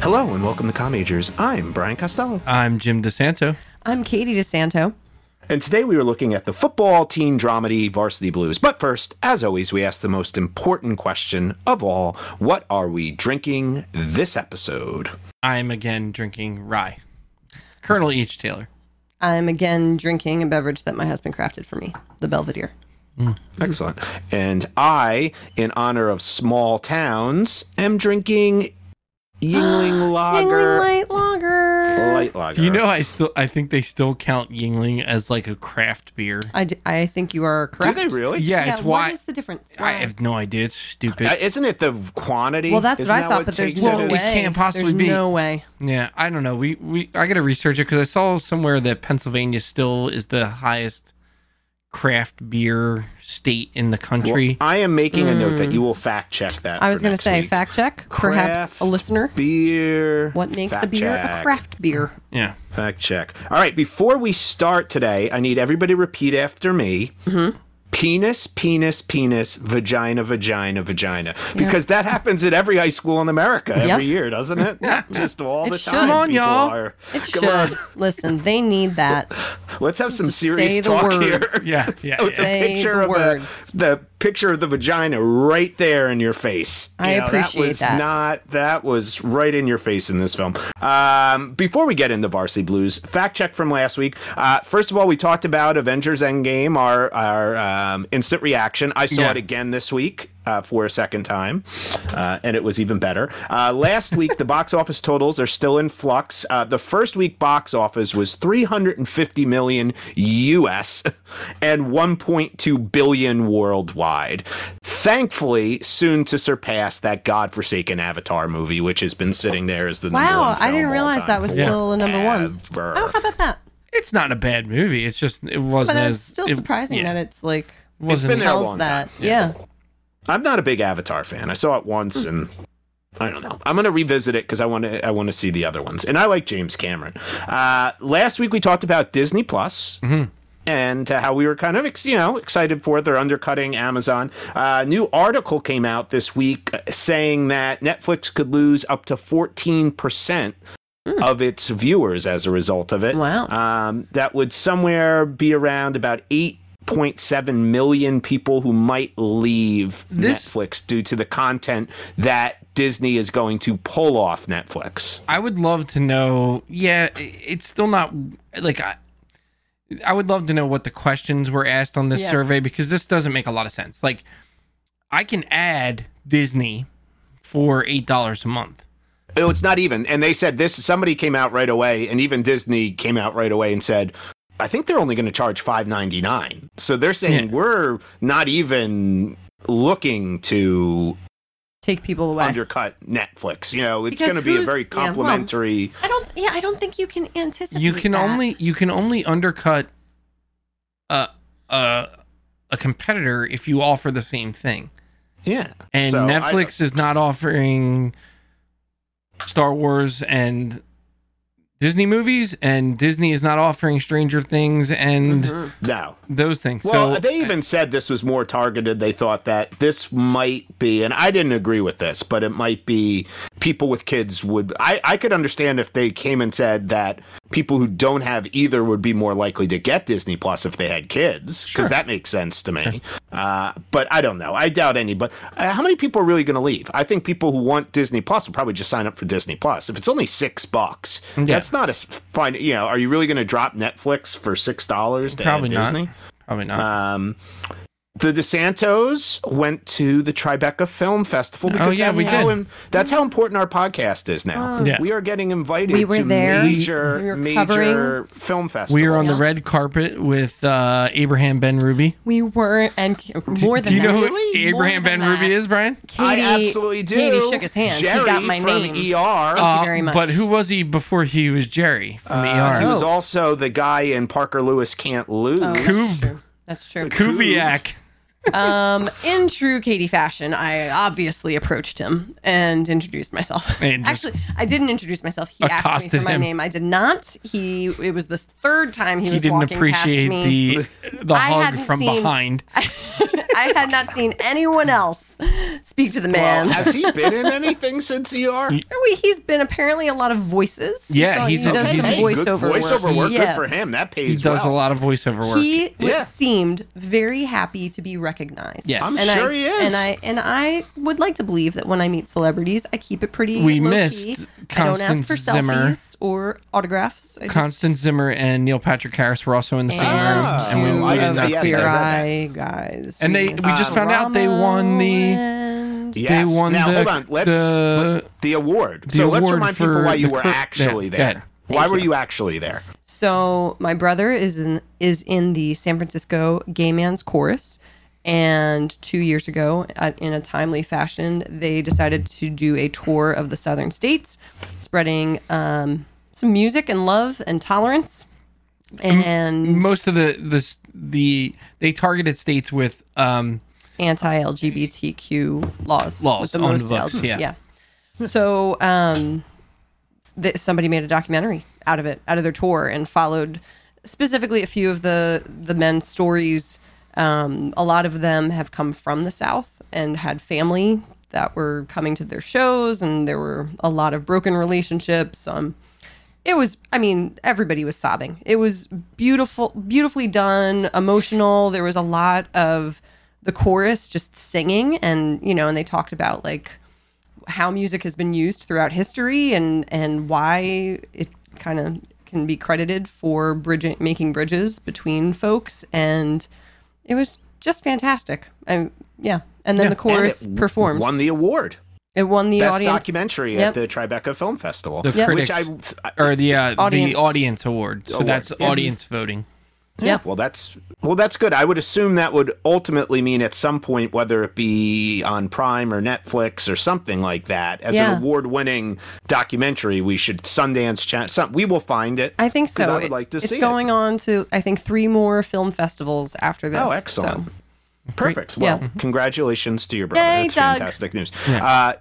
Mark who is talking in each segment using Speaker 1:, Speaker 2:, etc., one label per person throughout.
Speaker 1: Hello and welcome to Comagers. I'm Brian Costello.
Speaker 2: I'm Jim DeSanto.
Speaker 3: I'm Katie DeSanto.
Speaker 1: And today we were looking at the football teen dramedy Varsity Blues. But first, as always, we ask the most important question of all What are we drinking this episode?
Speaker 2: I'm again drinking rye. Colonel H. Taylor.
Speaker 3: I'm again drinking a beverage that my husband crafted for me, the Belvedere.
Speaker 1: Excellent. And I, in honor of small towns, am drinking Yingling Lager.
Speaker 3: Yingling Light Lager.
Speaker 1: Light Lager.
Speaker 2: You know, I still I think they still count Yingling as like a craft beer.
Speaker 3: I, d- I think you are
Speaker 1: do
Speaker 3: correct.
Speaker 1: they really?
Speaker 2: Yeah, it's why
Speaker 3: What is the difference?
Speaker 2: I have no idea. It's stupid.
Speaker 1: Uh, Isn't it the quantity?
Speaker 3: well, that's
Speaker 1: Isn't
Speaker 3: what I
Speaker 1: that
Speaker 3: thought, but there's
Speaker 1: takes
Speaker 3: no
Speaker 1: it
Speaker 3: way.
Speaker 1: as-
Speaker 2: It can't possibly
Speaker 3: there's
Speaker 2: be.
Speaker 3: no way.
Speaker 2: yeah, I don't know. We we I gotta research it because I saw somewhere that Pennsylvania still is the highest craft beer state in the country.
Speaker 1: I am making a note that you will fact check that.
Speaker 3: Mm. I was
Speaker 1: going to
Speaker 3: say, fact check, perhaps
Speaker 1: Craft
Speaker 3: a listener.
Speaker 1: Beer.
Speaker 3: What makes a
Speaker 1: Fact
Speaker 3: beer a
Speaker 1: check.
Speaker 3: craft beer?
Speaker 2: yeah.
Speaker 1: Fact check. All right, before we start today, I need everybody to repeat after me.
Speaker 3: Mm-hmm.
Speaker 1: Penis, penis, penis, vagina, vagina, vagina. Because that happens at every high school in America every
Speaker 3: Yeah.
Speaker 1: year, doesn't it? Just all
Speaker 3: It
Speaker 1: the
Speaker 3: should.
Speaker 1: time.
Speaker 3: Come
Speaker 2: on,
Speaker 1: people
Speaker 2: y'all.
Speaker 1: are-
Speaker 3: It
Speaker 1: Come on.
Speaker 3: should. Listen, they need that.
Speaker 1: Let's have some
Speaker 3: Just
Speaker 1: serious
Speaker 3: say the
Speaker 1: talk
Speaker 3: words.
Speaker 1: here.
Speaker 2: Yeah. Yeah.
Speaker 1: With
Speaker 2: yeah.
Speaker 3: Say the
Speaker 1: of
Speaker 3: words.
Speaker 1: The, the picture of the vagina right there in your face.
Speaker 3: I appreciate
Speaker 1: that. Was
Speaker 3: that.
Speaker 1: Not that was right in your face in this film. Um, before we get into Varsity Blues, fact check from last week. Uh, first of all, we talked about Avengers Endgame, our our um, instant reaction. I saw
Speaker 2: Yeah.
Speaker 1: it again this week. Uh, for a second time, uh, and it was even better. Uh, last week, the box office totals are still in flux. Uh, the first week box office was 350 million US and 1.2 billion worldwide. Thankfully, soon to surpass that godforsaken Avatar movie, which has been sitting there as the number one.
Speaker 3: Wow, I
Speaker 1: film
Speaker 3: didn't
Speaker 1: all
Speaker 3: realize
Speaker 1: time
Speaker 3: that was still a number one.
Speaker 1: forever.
Speaker 3: Oh, how about that?
Speaker 2: It's not a bad movie. It's just it
Speaker 3: But
Speaker 2: wasn't
Speaker 3: it's
Speaker 2: as
Speaker 3: still
Speaker 2: it
Speaker 3: surprising
Speaker 2: yeah.
Speaker 3: that it's like
Speaker 2: wasn't
Speaker 1: been there a
Speaker 3: how's
Speaker 1: long
Speaker 3: that.
Speaker 1: time.
Speaker 3: Yeah.
Speaker 1: I'm not a big Avatar fan. I saw it once and I don't know. I'm gonna revisit it because I want to. I want to see the other ones, and I like James Cameron. Uh, last week we talked about Disney Plus and uh, how we were kind of ex- you know excited for their undercutting Amazon. A new article came out this week uh, saying that Netflix could lose up to 14 percent of its viewers as a result of it.
Speaker 3: Wow.
Speaker 1: Um, that would somewhere be around about eight point seven million people who might leave
Speaker 2: This-
Speaker 1: Netflix due to the content that Disney is going to pull off Netflix.
Speaker 2: I would love to know. Yeah, i- it's still not like I. I would love to know what the questions were asked on this
Speaker 3: Yeah.
Speaker 2: survey because this doesn't make a lot of sense. Like, I can add Disney for eight dollars a month.
Speaker 1: Oh, it's not even. And they said this. Somebody came out right away, and even Disney came out right away and said, "I think they're only going to charge five ninety nine. So they're saying
Speaker 2: Yeah.
Speaker 1: we're not even looking to
Speaker 3: Take people away.
Speaker 1: undercut Netflix. You know, it's
Speaker 3: Because
Speaker 1: going to be a
Speaker 3: who's-
Speaker 1: very
Speaker 3: yeah, well-
Speaker 1: complimentary.
Speaker 3: I don't. Yeah, I don't think you can anticipate.
Speaker 2: You can
Speaker 3: that.
Speaker 2: only you can only undercut a a a competitor if you offer the same thing.
Speaker 1: yeah,
Speaker 2: And
Speaker 1: So I-
Speaker 2: Netflix is not offering Star Wars and Disney movies, and Disney is not offering Stranger Things and
Speaker 1: no.
Speaker 2: those things.
Speaker 1: Mm-hmm. Well,
Speaker 2: so
Speaker 1: they even said this was more targeted. They thought that this might be, and I didn't agree with this, but it might be people with kids would. I, I could understand if they came and said that people who don't have either would be more likely to get Disney Plus if they had kids, because that makes sense to me. Uh, but I don't know. I doubt any. But uh, how many people are really going to leave? I think people who want Disney Plus will probably just sign up for Disney Plus. If it's only six bucks, that's not as fine. You know, are you really going to drop Netflix for six dollars to
Speaker 2: probably
Speaker 1: add
Speaker 2: not.
Speaker 1: Disney?
Speaker 2: Probably not.
Speaker 1: Um, the DeSantos went to the Tribeca Film Festival because
Speaker 2: Oh, yeah,
Speaker 1: that's,
Speaker 2: we
Speaker 1: how
Speaker 2: did.
Speaker 1: im- that's how important our podcast is now.
Speaker 2: Yeah.
Speaker 1: We are getting invited
Speaker 3: Oh. We were
Speaker 1: to
Speaker 3: there.
Speaker 1: major,
Speaker 3: We were
Speaker 1: major
Speaker 3: covering-
Speaker 1: film festivals.
Speaker 2: we were on the red carpet with uh, Abraham Ben Ruby.
Speaker 3: We were, and c- more than
Speaker 2: Do you
Speaker 3: that,
Speaker 2: know who
Speaker 1: Really?
Speaker 2: Abraham
Speaker 3: More
Speaker 2: Ben
Speaker 3: than
Speaker 2: Ruby
Speaker 3: that.
Speaker 2: is, Brian?
Speaker 3: Katie,
Speaker 1: I absolutely do.
Speaker 3: Katie shook his hand.
Speaker 1: Jerry
Speaker 3: she got my
Speaker 1: from
Speaker 3: name.
Speaker 1: ER.
Speaker 3: Thank you very much.
Speaker 2: Uh, But who was he before he was Jerry from
Speaker 1: Uh, He
Speaker 2: ER?
Speaker 1: was
Speaker 3: Oh.
Speaker 1: also the guy in Parker Lewis Can't Lose.
Speaker 3: Oh,
Speaker 2: Koob.
Speaker 3: that's true. That's true.
Speaker 2: Kubiak.
Speaker 3: Um, in true Katie fashion, I obviously approached him and introduced myself.
Speaker 2: And just-
Speaker 3: Actually, I didn't introduce myself. He asked me
Speaker 2: Accosted
Speaker 3: for my
Speaker 2: him.
Speaker 3: name. I did not. He. It was the third time he,
Speaker 2: He
Speaker 3: was
Speaker 2: didn't
Speaker 3: walking past
Speaker 2: appreciate
Speaker 3: me.
Speaker 2: the the
Speaker 3: I
Speaker 2: hug
Speaker 3: hadn't
Speaker 2: from
Speaker 3: seen-
Speaker 2: behind.
Speaker 3: I had not seen anyone else speak to the man.
Speaker 1: Well, has he been in anything since ER?
Speaker 3: Apparently, he's been apparently a lot of voices. We
Speaker 2: Yeah,
Speaker 3: saw
Speaker 2: he's
Speaker 3: he
Speaker 2: a-
Speaker 3: does
Speaker 2: he's
Speaker 3: some
Speaker 2: a-
Speaker 1: good
Speaker 3: voiceover,
Speaker 1: voiceover work.
Speaker 3: Yeah.
Speaker 1: Good for him. That pays
Speaker 2: He does
Speaker 1: well.
Speaker 2: a lot of voiceover work.
Speaker 3: He w-
Speaker 1: Yeah.
Speaker 3: seemed very happy to be recognized.
Speaker 2: Yes. I'm
Speaker 1: sure
Speaker 3: I,
Speaker 1: he is.
Speaker 3: And I and I would like to believe that when I meet celebrities, I keep it pretty.
Speaker 2: We
Speaker 3: low
Speaker 2: missed
Speaker 3: Key. I don't ask for
Speaker 2: Constance Zimmer.
Speaker 3: selfies or autographs. I just-
Speaker 2: Constance Zimmer and Neil Patrick Harris were also in the same room,
Speaker 1: Ah.
Speaker 2: and we,
Speaker 3: two
Speaker 2: we
Speaker 1: I
Speaker 2: did
Speaker 1: have
Speaker 2: not
Speaker 1: the
Speaker 2: see
Speaker 3: queer
Speaker 2: that.
Speaker 3: eye guys.
Speaker 2: And they-
Speaker 3: missed
Speaker 2: we just found out they won the-
Speaker 3: Rama and-
Speaker 1: Yes.
Speaker 2: They won
Speaker 1: now,
Speaker 2: the-
Speaker 1: hold on. Let's
Speaker 2: the-
Speaker 1: let- the award. so let's
Speaker 2: award
Speaker 1: remind people
Speaker 2: for
Speaker 1: why you
Speaker 2: the
Speaker 1: were
Speaker 2: cur-
Speaker 1: actually
Speaker 2: yeah, go ahead.
Speaker 1: there. Why
Speaker 3: Thank
Speaker 1: were
Speaker 3: you.
Speaker 1: you actually there?
Speaker 3: So my brother is in is in the San Francisco Gay Man's Chorus, and two years ago, at, in a timely fashion, they decided to do a tour of the southern states, spreading um, some music and love and tolerance. And
Speaker 2: Most of the the s- the they targeted states with um
Speaker 3: anti-LGBTQ laws.
Speaker 2: Laws
Speaker 3: with the
Speaker 2: on the
Speaker 3: most
Speaker 2: books,
Speaker 3: LG-
Speaker 2: yeah.
Speaker 3: So um, th- somebody made a documentary out of it, out of their tour, and followed specifically a few of the the men's stories. Um, a lot of them have come from the South and had family that were coming to their shows, and there were a lot of broken relationships. Um, it was i mean everybody was sobbing it was beautiful beautifully done emotional there was a lot of the chorus just singing and you know and they talked about like how music has been used throughout history and and why it kind of can be credited for bridging making bridges between folks and it was just fantastic i yeah and then the chorus
Speaker 1: And it
Speaker 3: performed
Speaker 1: Won the award.
Speaker 3: it won the
Speaker 1: Best
Speaker 3: audience
Speaker 1: documentary
Speaker 3: Yep.
Speaker 1: at the Tribeca Film Festival.
Speaker 2: the
Speaker 3: Yeah.
Speaker 2: critics
Speaker 1: Which I, I
Speaker 2: or the uh,
Speaker 3: Audience.
Speaker 2: the audience award. So
Speaker 1: Award,
Speaker 2: that's
Speaker 1: yeah.
Speaker 2: audience voting.
Speaker 3: yeah
Speaker 1: Well, that's well, that's good. I would assume that would ultimately mean at some point, whether it be on Prime or Netflix or something like that, as
Speaker 3: Yeah.
Speaker 1: an award-winning documentary, we should Sundance chat. Some, we will find it.
Speaker 3: I think
Speaker 1: 'Cause
Speaker 3: so.
Speaker 1: I would
Speaker 3: It-
Speaker 1: like to
Speaker 3: it's
Speaker 1: see it.
Speaker 3: going on to I think three more film festivals after this.
Speaker 1: Oh,
Speaker 3: So.
Speaker 1: excellent. Perfect.
Speaker 3: Yeah.
Speaker 1: Well, Mm-hmm. congratulations to your brother.
Speaker 3: Yay,
Speaker 1: that's
Speaker 3: Doug.
Speaker 1: fantastic news. Uh,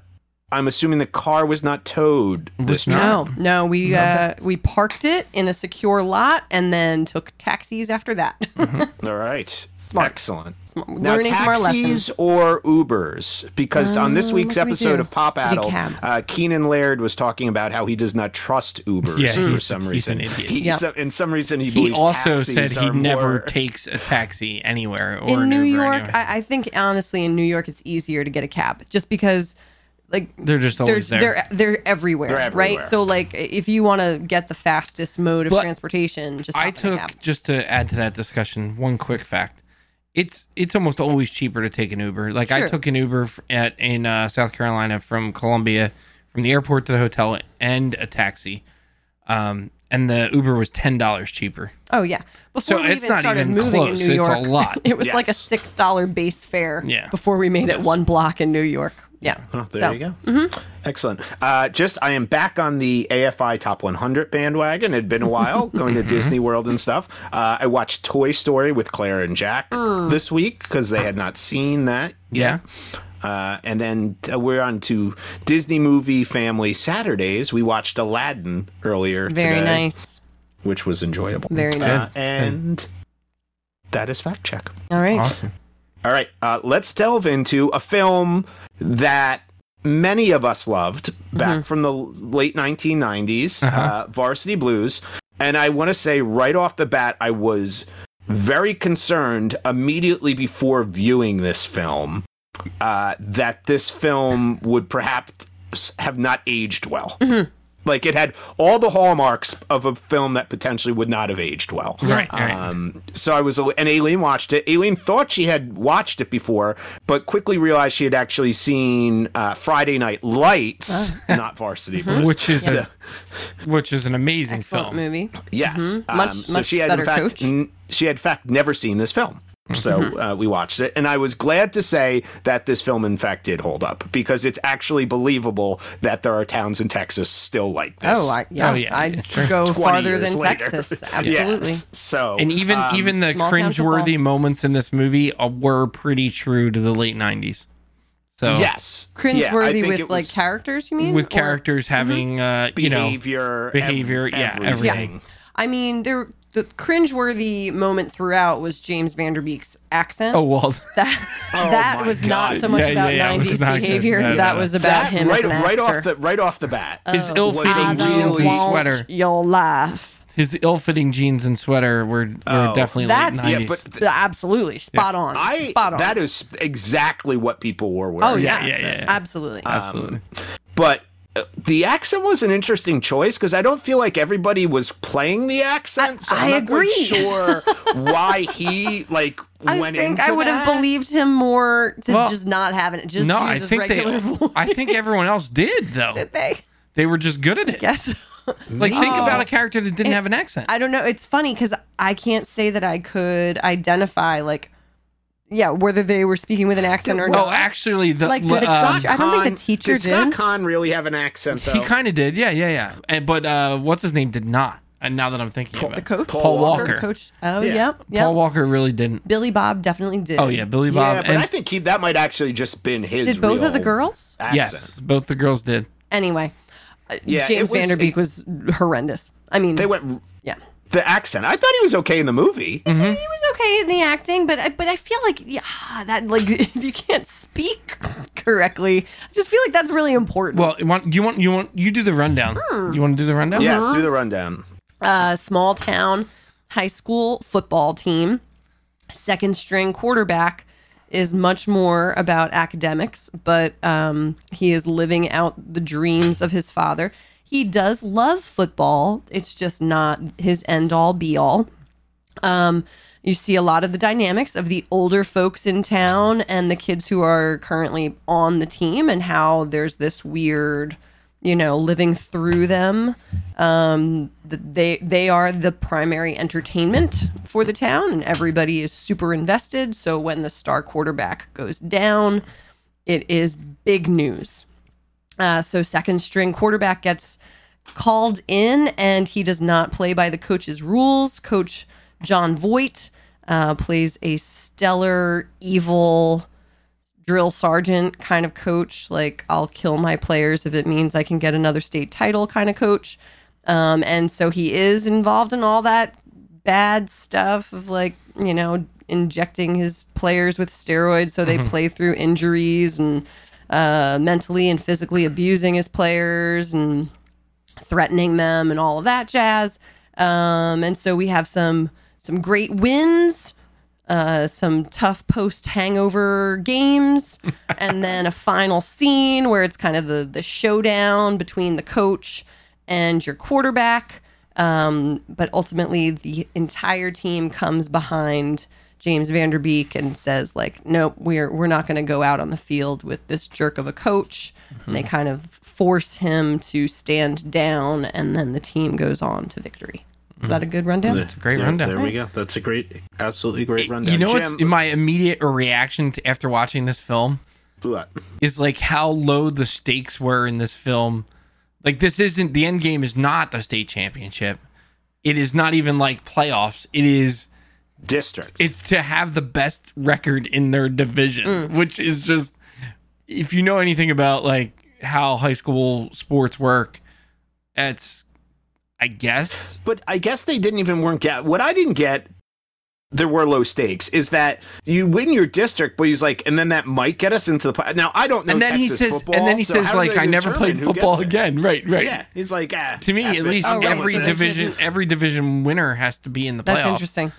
Speaker 1: I'm assuming the car was not towed this
Speaker 2: not.
Speaker 1: trip.
Speaker 3: No, no, we uh, we parked it in a secure lot and then took taxis after that.
Speaker 1: All right.
Speaker 3: Smart.
Speaker 1: Excellent.
Speaker 3: Smart.
Speaker 1: Mm-hmm. Now,
Speaker 3: Learning from our
Speaker 1: taxis
Speaker 3: lessons.
Speaker 1: or Ubers, because on this
Speaker 3: Oh,
Speaker 1: week's
Speaker 3: what do we
Speaker 1: episode
Speaker 3: do?
Speaker 1: of Pop Addle,
Speaker 3: cabs.
Speaker 1: uh, Keenan Laird was talking about how he does not trust Ubers
Speaker 2: Yeah,
Speaker 1: for
Speaker 2: he's-
Speaker 1: some
Speaker 2: he's an
Speaker 1: reason.
Speaker 2: idiot.
Speaker 1: He,
Speaker 3: Yeah.
Speaker 1: so- in some reason, he,
Speaker 2: He
Speaker 1: believes
Speaker 2: also said
Speaker 1: taxis
Speaker 2: he
Speaker 1: are
Speaker 2: never
Speaker 1: more-
Speaker 2: takes a taxi anywhere or
Speaker 3: in
Speaker 2: an
Speaker 3: New
Speaker 2: Uber
Speaker 3: York,
Speaker 2: anywhere.
Speaker 3: I, I think honestly, in New York, it's easier to get a cab just because, like,
Speaker 2: they're just always
Speaker 3: there's
Speaker 2: Oh, there.
Speaker 3: they're they're everywhere,
Speaker 1: They're everywhere.
Speaker 3: right? So like, if you want to get the fastest mode of
Speaker 2: But
Speaker 3: transportation, just
Speaker 2: I
Speaker 3: hop in a
Speaker 2: took
Speaker 3: cab.
Speaker 2: just to add to that discussion one quick fact. It's it's almost always cheaper to take an Uber. Like I
Speaker 3: Sure.
Speaker 2: took an Uber f- at in uh, South Carolina from Columbia, from the airport to the hotel, and a taxi. Um, and the Uber was ten dollars cheaper.
Speaker 3: Oh yeah. Before
Speaker 2: So
Speaker 3: we
Speaker 2: it's
Speaker 3: even
Speaker 2: not
Speaker 3: started
Speaker 2: even
Speaker 3: moving
Speaker 2: close.
Speaker 3: in New
Speaker 2: It's a
Speaker 3: York,
Speaker 2: lot.
Speaker 3: it was like a
Speaker 1: Yes.
Speaker 3: six dollar base fare.
Speaker 2: Yeah.
Speaker 3: Before we made it one block in New York. Yeah.
Speaker 1: Oh, there
Speaker 3: So,
Speaker 1: you go. Excellent. Uh, just, I am back on the AFI Top 100 bandwagon. It had been a while going to Disney World and stuff. Uh, I watched Toy Story with Claire and Jack this week because they had not seen that
Speaker 2: Yeah.
Speaker 1: Uh, and then uh, we're on to Disney movie family Saturdays. We watched Aladdin earlier
Speaker 3: Very
Speaker 1: today,
Speaker 3: nice.
Speaker 1: which was enjoyable. Uh,
Speaker 3: Very nice.
Speaker 2: It's good.
Speaker 1: And that is fact check.
Speaker 3: All right.
Speaker 2: Awesome.
Speaker 1: All right, uh, let's delve into a film that many of us loved
Speaker 2: Mm-hmm.
Speaker 1: back from the late 1990s, uh
Speaker 2: Uh-huh.
Speaker 1: Varsity Blues. And I want to say right off the bat, I was very concerned immediately before viewing this film uh, that this film would perhaps have not aged well.
Speaker 2: Mm-hmm.
Speaker 1: Like it had all the hallmarks of a film that potentially would not have aged well.
Speaker 2: Right, right.
Speaker 1: Um, so I was, and Aileen watched it. Aileen thought she had watched it before, but quickly realized she had actually seen uh, Friday Night Lights,
Speaker 3: Uh.
Speaker 1: not Varsity
Speaker 3: Mm-hmm.
Speaker 1: Blues,
Speaker 2: Which is
Speaker 1: So-
Speaker 2: a, which is an amazing
Speaker 3: Excellent
Speaker 2: film.
Speaker 3: movie.
Speaker 1: yes,
Speaker 3: Mm-hmm.
Speaker 1: Um,
Speaker 3: Much-
Speaker 1: so
Speaker 3: much
Speaker 1: she had
Speaker 3: better
Speaker 1: in fact
Speaker 3: coach. Mm-hmm.
Speaker 1: n- she had in fact never seen this film. So uh, we watched it, and I was glad to say that this film, in fact, did hold up because it's actually believable that there are towns in Texas still like this.
Speaker 3: Oh, I, yeah.
Speaker 2: Oh, yeah, yeah,
Speaker 3: I'd
Speaker 2: sure.
Speaker 3: go
Speaker 1: 20
Speaker 3: farther
Speaker 1: years
Speaker 3: than
Speaker 1: later.
Speaker 3: Texas.
Speaker 1: Yes.
Speaker 3: Absolutely.
Speaker 1: So
Speaker 2: And even
Speaker 1: um,
Speaker 2: even the
Speaker 3: small town
Speaker 2: cringeworthy
Speaker 3: football.
Speaker 2: moments in this movie uh, were pretty true to the late '90s. So
Speaker 1: yes, Yeah, I
Speaker 3: Cringeworthy
Speaker 1: think
Speaker 3: with
Speaker 1: it
Speaker 3: like
Speaker 1: was-
Speaker 3: characters, you mean?
Speaker 2: with
Speaker 3: Or- Mm-hmm.
Speaker 2: characters having uh, you know
Speaker 1: behavior, ev-
Speaker 2: behavior, yeah, everything.
Speaker 3: I mean, there the cringeworthy moment throughout was James Vanderbeek's accent.
Speaker 2: Oh well,
Speaker 3: that
Speaker 1: Oh
Speaker 3: that
Speaker 1: my
Speaker 3: was not
Speaker 1: God.
Speaker 3: so much
Speaker 2: Yeah,
Speaker 3: about
Speaker 2: yeah, yeah, it was
Speaker 3: 90s
Speaker 2: not good.
Speaker 3: behavior.
Speaker 2: No, no,
Speaker 3: that
Speaker 2: no.
Speaker 3: was about
Speaker 1: That-
Speaker 3: him
Speaker 1: right,
Speaker 3: as an
Speaker 1: right
Speaker 3: actor.
Speaker 1: off the right off the bat.
Speaker 2: his
Speaker 3: Oh.
Speaker 1: I
Speaker 2: ill-fitting
Speaker 1: don't
Speaker 2: jeans and
Speaker 1: want
Speaker 2: sweater.
Speaker 3: your life.
Speaker 2: His ill-fitting jeans and sweater were, were
Speaker 1: Oh.
Speaker 2: definitely
Speaker 3: That's
Speaker 2: late 90s.
Speaker 1: Yeah, but-
Speaker 3: absolutely spot on.
Speaker 1: I
Speaker 3: spot on.
Speaker 1: that is exactly what people were wearing.
Speaker 3: oh yeah,
Speaker 2: yeah, yeah, yeah.
Speaker 3: absolutely.
Speaker 2: Absolutely.
Speaker 1: but uh, the accent was an interesting choice because I don't feel like everybody was playing the accent. so
Speaker 3: I
Speaker 1: I'm not quite
Speaker 3: agree.
Speaker 1: sure why he like
Speaker 3: I
Speaker 1: went
Speaker 3: think
Speaker 1: into
Speaker 3: I would have
Speaker 1: that.
Speaker 3: believed him more to
Speaker 2: Well,
Speaker 3: just not having it. Just
Speaker 2: no,
Speaker 3: use
Speaker 2: I
Speaker 3: his
Speaker 2: think they.
Speaker 3: regular voice.
Speaker 2: I think everyone else did though.
Speaker 3: they
Speaker 2: They were just good at it.
Speaker 3: guess.
Speaker 2: Like think about a character that didn't have an accent.
Speaker 3: Oh. I don't know. It's funny because I can't say that I could identify like, yeah, whether they were speaking with an accent or
Speaker 2: well,
Speaker 3: not.
Speaker 2: Oh, actually, the
Speaker 3: Like, did
Speaker 2: le-
Speaker 3: the
Speaker 2: um,
Speaker 3: Scotch- I don't think the
Speaker 1: Khan-
Speaker 3: teacher
Speaker 1: did. Scott
Speaker 3: did.
Speaker 1: Kahn really have an accent though?
Speaker 2: he kind of did. Yeah, yeah, yeah. And, but uh, what's his name did not. And now that I'm thinking
Speaker 1: Paul-
Speaker 2: of
Speaker 3: the
Speaker 2: it,
Speaker 3: coach,
Speaker 1: Paul
Speaker 2: Walker.
Speaker 3: Their coach. Oh,
Speaker 1: Yeah.
Speaker 3: yep, yep.
Speaker 2: Paul Walker really didn't.
Speaker 3: Billy Bob definitely did.
Speaker 2: Oh yeah, Billy Bob
Speaker 3: um,
Speaker 1: yeah, but
Speaker 2: and
Speaker 1: I think he, that might actually just been his.
Speaker 3: Did both of the
Speaker 1: real
Speaker 3: girls?
Speaker 1: Accent.
Speaker 2: yes, both the girls did.
Speaker 3: Anyway, uh,
Speaker 1: Yeah,
Speaker 3: James
Speaker 1: it was-
Speaker 3: Vanderbeek was horrendous. I mean,
Speaker 1: they went
Speaker 3: yeah.
Speaker 1: the accent. I thought he was okay in the movie.
Speaker 3: He was okay in the acting, but I, but I feel like yeah, that like if you can't speak correctly, I just feel like that's really important.
Speaker 2: Well, you want you want you want you do the rundown.
Speaker 3: Hmm.
Speaker 2: You want to do the rundown?
Speaker 1: Yes,
Speaker 3: Uh-huh.
Speaker 1: do the rundown.
Speaker 3: uh, small town high school football team. Second string quarterback is much more about academics, but um, he is living out the dreams of his father. He does love football, it's just not his end all be all. Um, you see a lot of the dynamics of the older folks in town and the kids who are currently on the team, and how there's this weird, you know, living through them. Um, th- they they are the primary entertainment for the town, and everybody is super invested. So when the star quarterback goes down, it is big news. Uh, so second string quarterback gets called in, and he does not play by the coach's rules. Coach John Voight uh, plays a stellar evil drill sergeant kind of coach, like I'll kill my players if it means I can get another state title kind of coach. Um, and so he is involved in all that bad stuff of like, you know, injecting his players with steroids so they play through injuries and uh, mentally and physically abusing his players and threatening them and all of that jazz. Um, and so we have some some great wins, uh, some tough post hangover games, and then a final scene where it's kind of the the showdown between the coach and your quarterback. Um, but ultimately, the entire team comes behind James Vanderbeek and says, like, nope, we're we're not going to go out on the field with this jerk of a coach. And they kind of force him to stand down, and then the team goes on to victory. Is that a good rundown?
Speaker 2: It's a great rundown.
Speaker 4: There we go. That's a great, absolutely great rundown.
Speaker 2: You know what's
Speaker 1: Jim-
Speaker 2: my immediate reaction to, after watching this film
Speaker 1: What?
Speaker 2: is like how low the stakes were in this film. Like this isn't the end game is not the state championship. It is not even like playoffs. It is
Speaker 1: District.
Speaker 2: it's to have the best record in their division, which is just if you know anything about like how high school sports work, it's I guess
Speaker 1: but I guess they didn't even weren't get what I didn't get. There were low stakes. Is that you win your district, but he's like, and then that might get us into the play. Now I don't know.
Speaker 2: and then he
Speaker 1: Texas
Speaker 2: says
Speaker 1: football,
Speaker 2: and then he
Speaker 1: so how
Speaker 2: says
Speaker 1: do
Speaker 2: like
Speaker 1: they
Speaker 2: I never
Speaker 1: determine
Speaker 2: played
Speaker 1: who gets
Speaker 2: football
Speaker 1: it?
Speaker 2: again. Right, right.
Speaker 1: Yeah, he's like, ah,
Speaker 2: To me,
Speaker 1: F
Speaker 2: at
Speaker 1: it,
Speaker 2: least
Speaker 1: I'm done
Speaker 2: every
Speaker 1: with this.
Speaker 2: division every division winner has to be in the playoffs.
Speaker 3: That's interesting.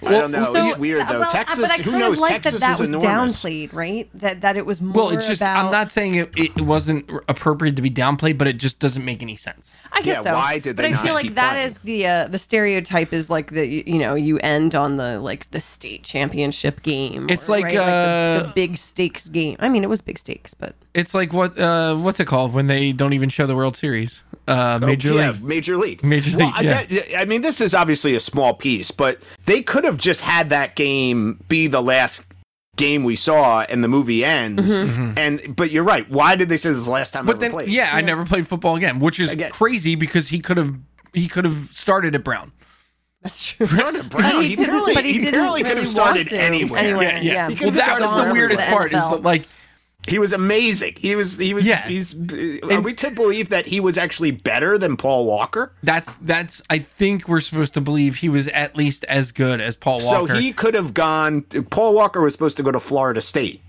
Speaker 1: I don't know.
Speaker 3: So-
Speaker 1: Oh, it's weird though.
Speaker 3: well,
Speaker 1: Texas.
Speaker 3: but I
Speaker 1: Who
Speaker 3: kind of
Speaker 1: knows?
Speaker 3: like
Speaker 1: Texas
Speaker 3: that,
Speaker 1: is
Speaker 3: that was
Speaker 1: enormous.
Speaker 3: downplayed, right? That that it was more
Speaker 2: Well, it's just
Speaker 3: about.
Speaker 2: I'm not saying it, it wasn't appropriate to be downplayed, but it just doesn't make any sense.
Speaker 3: I guess
Speaker 1: Yeah,
Speaker 3: so.
Speaker 1: why did
Speaker 3: but
Speaker 1: they
Speaker 3: I
Speaker 1: not
Speaker 3: feel like
Speaker 1: keep
Speaker 3: that
Speaker 1: playing?
Speaker 3: is the uh, the stereotype is like the you know you end on the like the state championship game.
Speaker 2: It's like,
Speaker 3: the,
Speaker 2: uh,
Speaker 3: the big stakes game. I mean, it was big stakes, but
Speaker 2: It's like what uh, what's it called when they don't even show the World Series? Uh, Major
Speaker 1: Oh, yeah,
Speaker 2: League.
Speaker 1: Major League.
Speaker 2: Major
Speaker 1: Well,
Speaker 2: League,
Speaker 1: I,
Speaker 2: yeah.
Speaker 1: that- I mean, this is obviously a small piece, but they could have just had that game be the last game we saw, and the movie ends. And but you're right. Why did they say this is the last time? I
Speaker 2: Mm-hmm. But
Speaker 1: ever
Speaker 2: then,
Speaker 1: played?
Speaker 2: yeah, I never played football again, which is
Speaker 1: Again.
Speaker 2: crazy because he could have he could have started at Brown.
Speaker 3: that's true.
Speaker 1: started Brown.
Speaker 3: But
Speaker 1: he,
Speaker 3: he didn't-
Speaker 1: barely,
Speaker 3: but he
Speaker 1: he
Speaker 3: didn't
Speaker 1: barely could
Speaker 3: really
Speaker 1: have started
Speaker 3: want to.
Speaker 1: anywhere.
Speaker 3: Anywhere.
Speaker 2: Yeah, yeah.
Speaker 3: Yeah.
Speaker 1: He could
Speaker 2: Well,
Speaker 1: have
Speaker 2: that
Speaker 1: started
Speaker 2: was the
Speaker 1: all over
Speaker 2: weirdest
Speaker 1: the
Speaker 2: part. Is
Speaker 3: NFL.
Speaker 2: that, like
Speaker 1: He was amazing. He was he was
Speaker 2: Yeah.
Speaker 1: he's uh, are
Speaker 2: And-
Speaker 1: we to believe that he was actually better than Paul Walker?
Speaker 2: That's that's. I think we're supposed to believe he was at least as good as Paul Walker.
Speaker 1: So he could have gone Paul Walker was supposed to go to Florida State.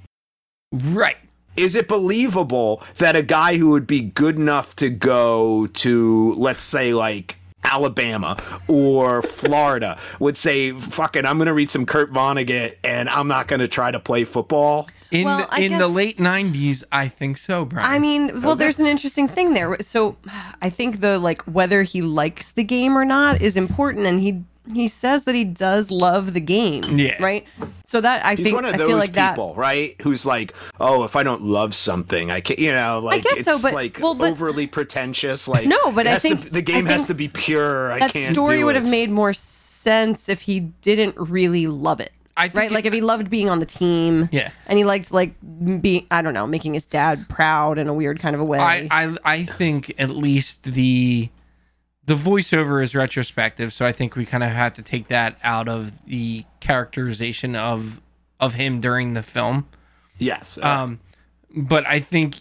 Speaker 2: right.
Speaker 1: Is it believable that a guy who would be good enough to go to let's say like Alabama or Florida would say, "Fucking, I'm going to read some Kurt Vonnegut and I'm not going to try to play football."
Speaker 2: In
Speaker 3: Well,
Speaker 2: the,
Speaker 3: I
Speaker 2: in the
Speaker 3: guess-
Speaker 2: late '90s, I think so, Brian.
Speaker 3: I mean, well, there's an interesting thing there. So, I think the like whether he likes the game or not is important, and he he says that he does love the game.
Speaker 2: Yeah.
Speaker 3: Right. So that I
Speaker 1: He's
Speaker 3: think
Speaker 1: one of
Speaker 3: I
Speaker 1: those
Speaker 3: feel like that.
Speaker 1: people, right? Who's like, "Oh, if I don't love something, I can't." You know, like
Speaker 3: guess
Speaker 1: it's
Speaker 3: so, but-
Speaker 1: like
Speaker 3: well, but-
Speaker 1: overly pretentious. Like
Speaker 3: No, but
Speaker 1: it
Speaker 3: I
Speaker 1: has to-
Speaker 3: think-
Speaker 1: the game
Speaker 3: I
Speaker 1: has
Speaker 3: think
Speaker 1: to be pure. I
Speaker 3: That
Speaker 1: can't.
Speaker 3: story
Speaker 1: do
Speaker 3: would have
Speaker 1: it.
Speaker 3: made more sense if he didn't really love it.
Speaker 2: I think
Speaker 3: right?
Speaker 2: it-
Speaker 3: like if he loved being on the team.
Speaker 2: Yeah.
Speaker 3: And he liked like being I don't know, making his dad proud in a weird kind of a way.
Speaker 2: I, I I think at least the the voiceover is retrospective, so I think we kind of have to take that out of the characterization of of him during the film.
Speaker 1: Yes, uh,
Speaker 2: Um, but I think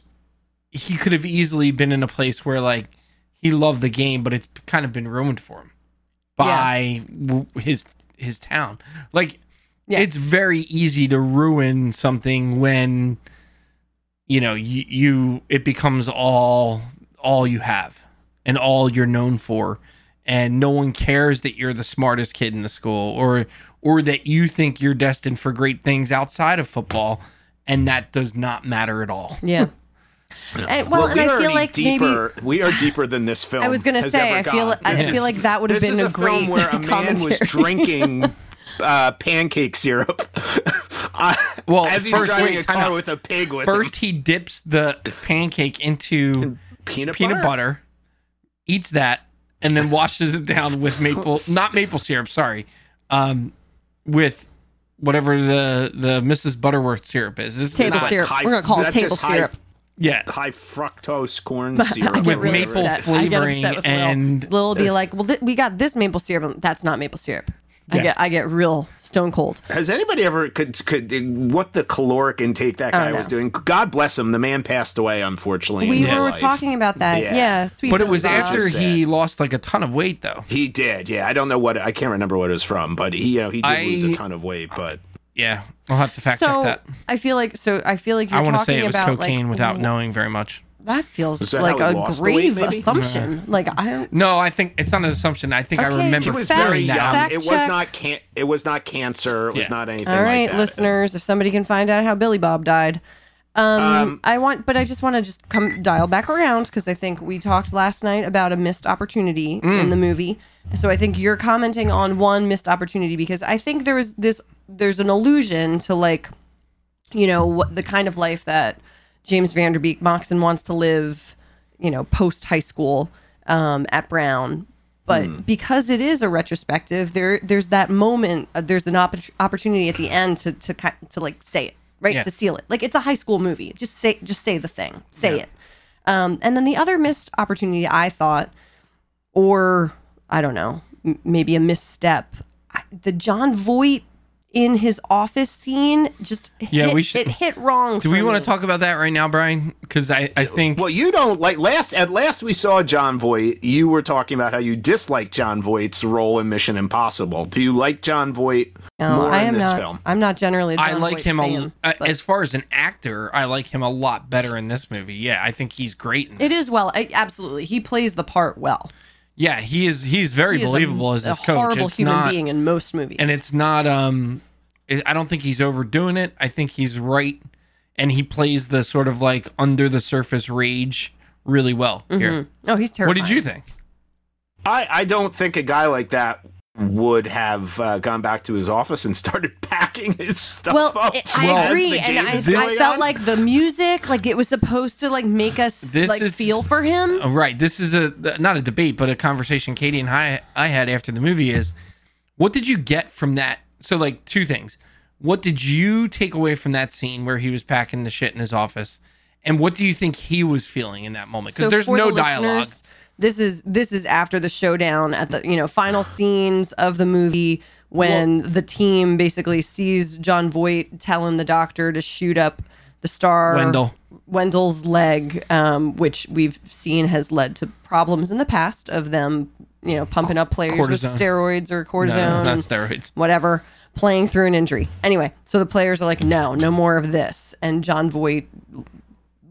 Speaker 2: he could have easily been in a place where like he loved the game, but it's kind of been ruined for him by w- his his town. Like
Speaker 3: Yeah.
Speaker 2: it's very easy to ruin something when you know you, you it becomes all all you have and all you're known for and no one cares that you're the smartest kid in the school or or that you think you're destined for great things outside of football and that does not matter at all
Speaker 3: yeah. And, well, and
Speaker 1: we
Speaker 3: I
Speaker 1: are
Speaker 3: feel
Speaker 1: already
Speaker 3: like maybe
Speaker 1: deeper, we are deeper than this film.
Speaker 3: I was gonna
Speaker 1: has
Speaker 3: say
Speaker 1: ever
Speaker 3: I feel
Speaker 1: gone.
Speaker 3: I
Speaker 1: This is-
Speaker 3: feel like that would have
Speaker 1: this
Speaker 3: been
Speaker 1: is
Speaker 3: a,
Speaker 1: a
Speaker 3: great
Speaker 1: film where a man was
Speaker 3: commentary.
Speaker 1: drinking uh, pancake syrup. Uh,
Speaker 2: Well,
Speaker 1: as he's
Speaker 2: first-
Speaker 1: driving
Speaker 2: wait,
Speaker 1: a
Speaker 2: time
Speaker 1: car
Speaker 2: out.
Speaker 1: with a pig with
Speaker 2: first he dips the pancake into
Speaker 1: him. peanut
Speaker 2: peanut butter eats that and then washes it down with maple not maple syrup sorry um with whatever the the mrs butterworth syrup is this is
Speaker 3: Table
Speaker 2: not-
Speaker 1: Like
Speaker 3: syrup.
Speaker 1: high-
Speaker 3: We're gonna call it
Speaker 1: that's
Speaker 3: table
Speaker 1: just high-
Speaker 3: syrup.
Speaker 2: yeah
Speaker 1: high fructose corn syrup.
Speaker 3: I get
Speaker 2: with
Speaker 3: really
Speaker 2: maple
Speaker 3: upset. I
Speaker 2: flavoring
Speaker 3: get upset with
Speaker 2: and-
Speaker 3: Lil. Lil will be like, "Well, th- we got this maple syrup, and that's not maple syrup." I
Speaker 2: Yeah.
Speaker 3: get I get real stone cold.
Speaker 1: Has anybody ever could could what the caloric intake that guy
Speaker 3: Oh, no.
Speaker 1: was doing? God bless him. The man passed away, unfortunately. in
Speaker 3: We
Speaker 1: real
Speaker 3: were
Speaker 1: life.
Speaker 3: talking about that. Yeah,
Speaker 1: Yeah.
Speaker 3: sweet.
Speaker 2: but it
Speaker 3: Billy
Speaker 2: was
Speaker 3: Bob.
Speaker 2: after
Speaker 1: Just
Speaker 2: he lost like a ton of weight though
Speaker 1: He did, yeah. I don't know what I can't remember what it was from, but he you know he did
Speaker 2: I-
Speaker 1: lose a ton of weight, but
Speaker 2: yeah i'll have to fact
Speaker 3: So
Speaker 2: check that
Speaker 3: I feel like so I feel like you're
Speaker 2: i want to
Speaker 3: talking
Speaker 2: say it was
Speaker 3: about
Speaker 2: cocaine
Speaker 3: like
Speaker 2: without knowing very much
Speaker 3: that feels
Speaker 1: Is that
Speaker 3: like
Speaker 1: how
Speaker 3: a
Speaker 1: he lost the weight,
Speaker 3: grave
Speaker 1: maybe?
Speaker 3: assumption. Like I don't.
Speaker 2: no i think it's not an assumption i think i
Speaker 3: Okay,
Speaker 2: remember
Speaker 3: He was
Speaker 2: hearing
Speaker 1: very
Speaker 2: that
Speaker 1: young.
Speaker 3: Fact
Speaker 1: it was
Speaker 3: check.
Speaker 1: not can it was not cancer. It was
Speaker 2: Yeah.
Speaker 1: not anything.
Speaker 3: All right,
Speaker 1: like that.
Speaker 3: listeners, if somebody can find out how Billy Bob died. Um, I want, but I just want to just come dial back around because I think we talked last night about a missed opportunity
Speaker 1: Mm.
Speaker 3: in the movie. So I think you're commenting on one missed opportunity because I think there is this, there's an allusion to like, you know, what the kind of life that James Vanderbeek Moxon wants to live, you know, post high school um, at Brown. But because it is a retrospective, there there's that moment, uh, there's an oppor- opportunity at the end to to ki- to like say it, right?
Speaker 2: Yeah.
Speaker 3: To seal it. Like it's a high school movie. Just say just say the thing. Say it. Um, and then the other missed opportunity I thought or I don't know, m- maybe a misstep. I- The John Voight in his office scene just
Speaker 2: Yeah,
Speaker 3: hit,
Speaker 2: we should-
Speaker 3: it hit wrong.
Speaker 2: do we want to talk about that right now brian because i i think
Speaker 1: Well, you don't like last. At last, we saw John Voight. You were talking about how you dislike John Voight's role in Mission Impossible. Do you like John Voight more
Speaker 3: I am
Speaker 1: in this
Speaker 3: not.
Speaker 1: film?
Speaker 3: I'm not generally. a John
Speaker 2: I like
Speaker 3: Voight
Speaker 2: him
Speaker 3: fan,
Speaker 2: a, uh,
Speaker 3: but
Speaker 2: as far as an actor. I like him a lot better in this movie. Yeah, I think he's great. In this.
Speaker 3: it is well. I, absolutely, he plays the part well.
Speaker 2: Yeah, he is. He's very
Speaker 3: He is a-
Speaker 2: believable as
Speaker 3: a
Speaker 2: his coach.
Speaker 3: horrible
Speaker 2: it's
Speaker 3: human
Speaker 2: not,
Speaker 3: being in most movies,
Speaker 2: and it's not. Um, it, I don't think he's overdoing it. I think he's right, and he plays the sort of like under the surface rage really well here.
Speaker 3: oh, he's
Speaker 2: What
Speaker 3: terrifying.
Speaker 2: did you think?
Speaker 1: I, I don't think a guy like that would have uh, gone back to his office and started packing his stuff
Speaker 3: Well,
Speaker 1: up.
Speaker 3: it,
Speaker 1: as
Speaker 3: I
Speaker 1: the
Speaker 3: agree, and
Speaker 1: game
Speaker 3: I,
Speaker 1: is
Speaker 3: I
Speaker 1: going
Speaker 3: felt
Speaker 1: on.
Speaker 3: like the music, like it was supposed to like make us
Speaker 2: This
Speaker 3: like
Speaker 2: is-
Speaker 3: feel for him.
Speaker 2: Oh, right. This is a th- not a debate, but a conversation Katie and I I had after the movie is, what did you get from that? So like two things. What did you take away from that scene where he was packing the shit in his office? And what do you think he was feeling in that moment? Because there's
Speaker 3: for
Speaker 2: no
Speaker 3: the
Speaker 2: dialogue.
Speaker 3: listeners, This is this is after the showdown at the you know final scenes of the movie when the team basically sees John Voight telling the doctor to shoot up the star
Speaker 2: Wendell.
Speaker 3: Wendell's leg, um, which we've seen has led to problems in the past of them, you know, pumping up players with
Speaker 2: Cortisone.
Speaker 3: steroids or
Speaker 2: No,
Speaker 3: cortisone,
Speaker 2: not steroids.
Speaker 3: whatever, playing through an injury. Anyway, so the players are like, no, no more of this, and John Voight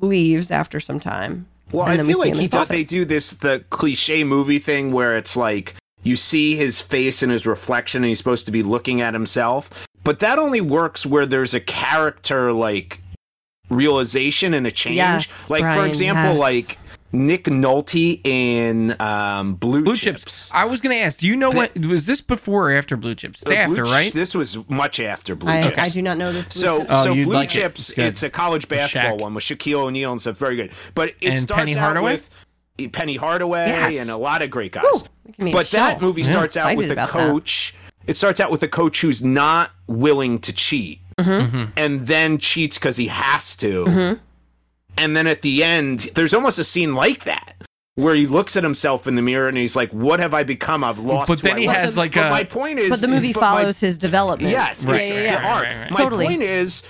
Speaker 3: leaves after some time.
Speaker 1: Well,
Speaker 3: and
Speaker 1: I feel like
Speaker 3: in
Speaker 1: he
Speaker 3: his
Speaker 1: thought they
Speaker 3: office.
Speaker 1: do this the cliche movie thing where it's like you see his face in his reflection and he's supposed to be looking at himself. But that only works where there's a character like realization and a change.
Speaker 3: Yes,
Speaker 1: like for
Speaker 3: Brian,
Speaker 1: example,
Speaker 3: yes.
Speaker 1: like Nick Nolte in um, Blue,
Speaker 2: Blue
Speaker 1: Chips.
Speaker 2: chips. I was gonna ask. Do you know what was this before or after blue chips?
Speaker 1: The Blue
Speaker 2: after,
Speaker 1: Ch-
Speaker 2: right?
Speaker 1: This was much after Blue
Speaker 3: I,
Speaker 1: Chips.
Speaker 3: I do not know this.
Speaker 1: So, uh,
Speaker 3: Luke.
Speaker 2: Oh,
Speaker 1: so
Speaker 2: you'd
Speaker 1: Blue
Speaker 2: like it.
Speaker 1: Chips,
Speaker 2: It's good.
Speaker 1: it's a college basketball
Speaker 2: Shaq.
Speaker 1: one with Shaquille O'Neal and stuff. Very good. But it
Speaker 2: And
Speaker 1: starts
Speaker 2: Penny
Speaker 1: out
Speaker 2: Hardaway?
Speaker 1: with Penny Hardaway
Speaker 3: Yes.
Speaker 1: and a lot of great guys.
Speaker 3: give me a
Speaker 1: but that
Speaker 3: shout.
Speaker 1: movie
Speaker 3: Yeah.
Speaker 1: starts out
Speaker 3: Excited
Speaker 1: with a
Speaker 3: about that.
Speaker 1: coach. It starts out with a coach who's not willing to cheat
Speaker 3: Mm-hmm.
Speaker 2: Mm-hmm.
Speaker 1: and then cheats because he has to. And then at the end, there's almost a scene like that. Where he looks at himself in the mirror and he's like, "What have I become? I've lost."
Speaker 2: But
Speaker 1: who
Speaker 2: then
Speaker 1: I
Speaker 2: he
Speaker 1: was."
Speaker 2: has, like,
Speaker 1: But
Speaker 2: a-
Speaker 1: my point is,
Speaker 3: but the movie
Speaker 1: but my-
Speaker 3: follows his development.
Speaker 1: Yes,
Speaker 2: Right,
Speaker 1: it's
Speaker 3: yeah,
Speaker 2: right,
Speaker 3: yeah.
Speaker 1: the
Speaker 2: right,
Speaker 1: art.
Speaker 2: right, right.
Speaker 1: My
Speaker 3: Totally.
Speaker 1: point is,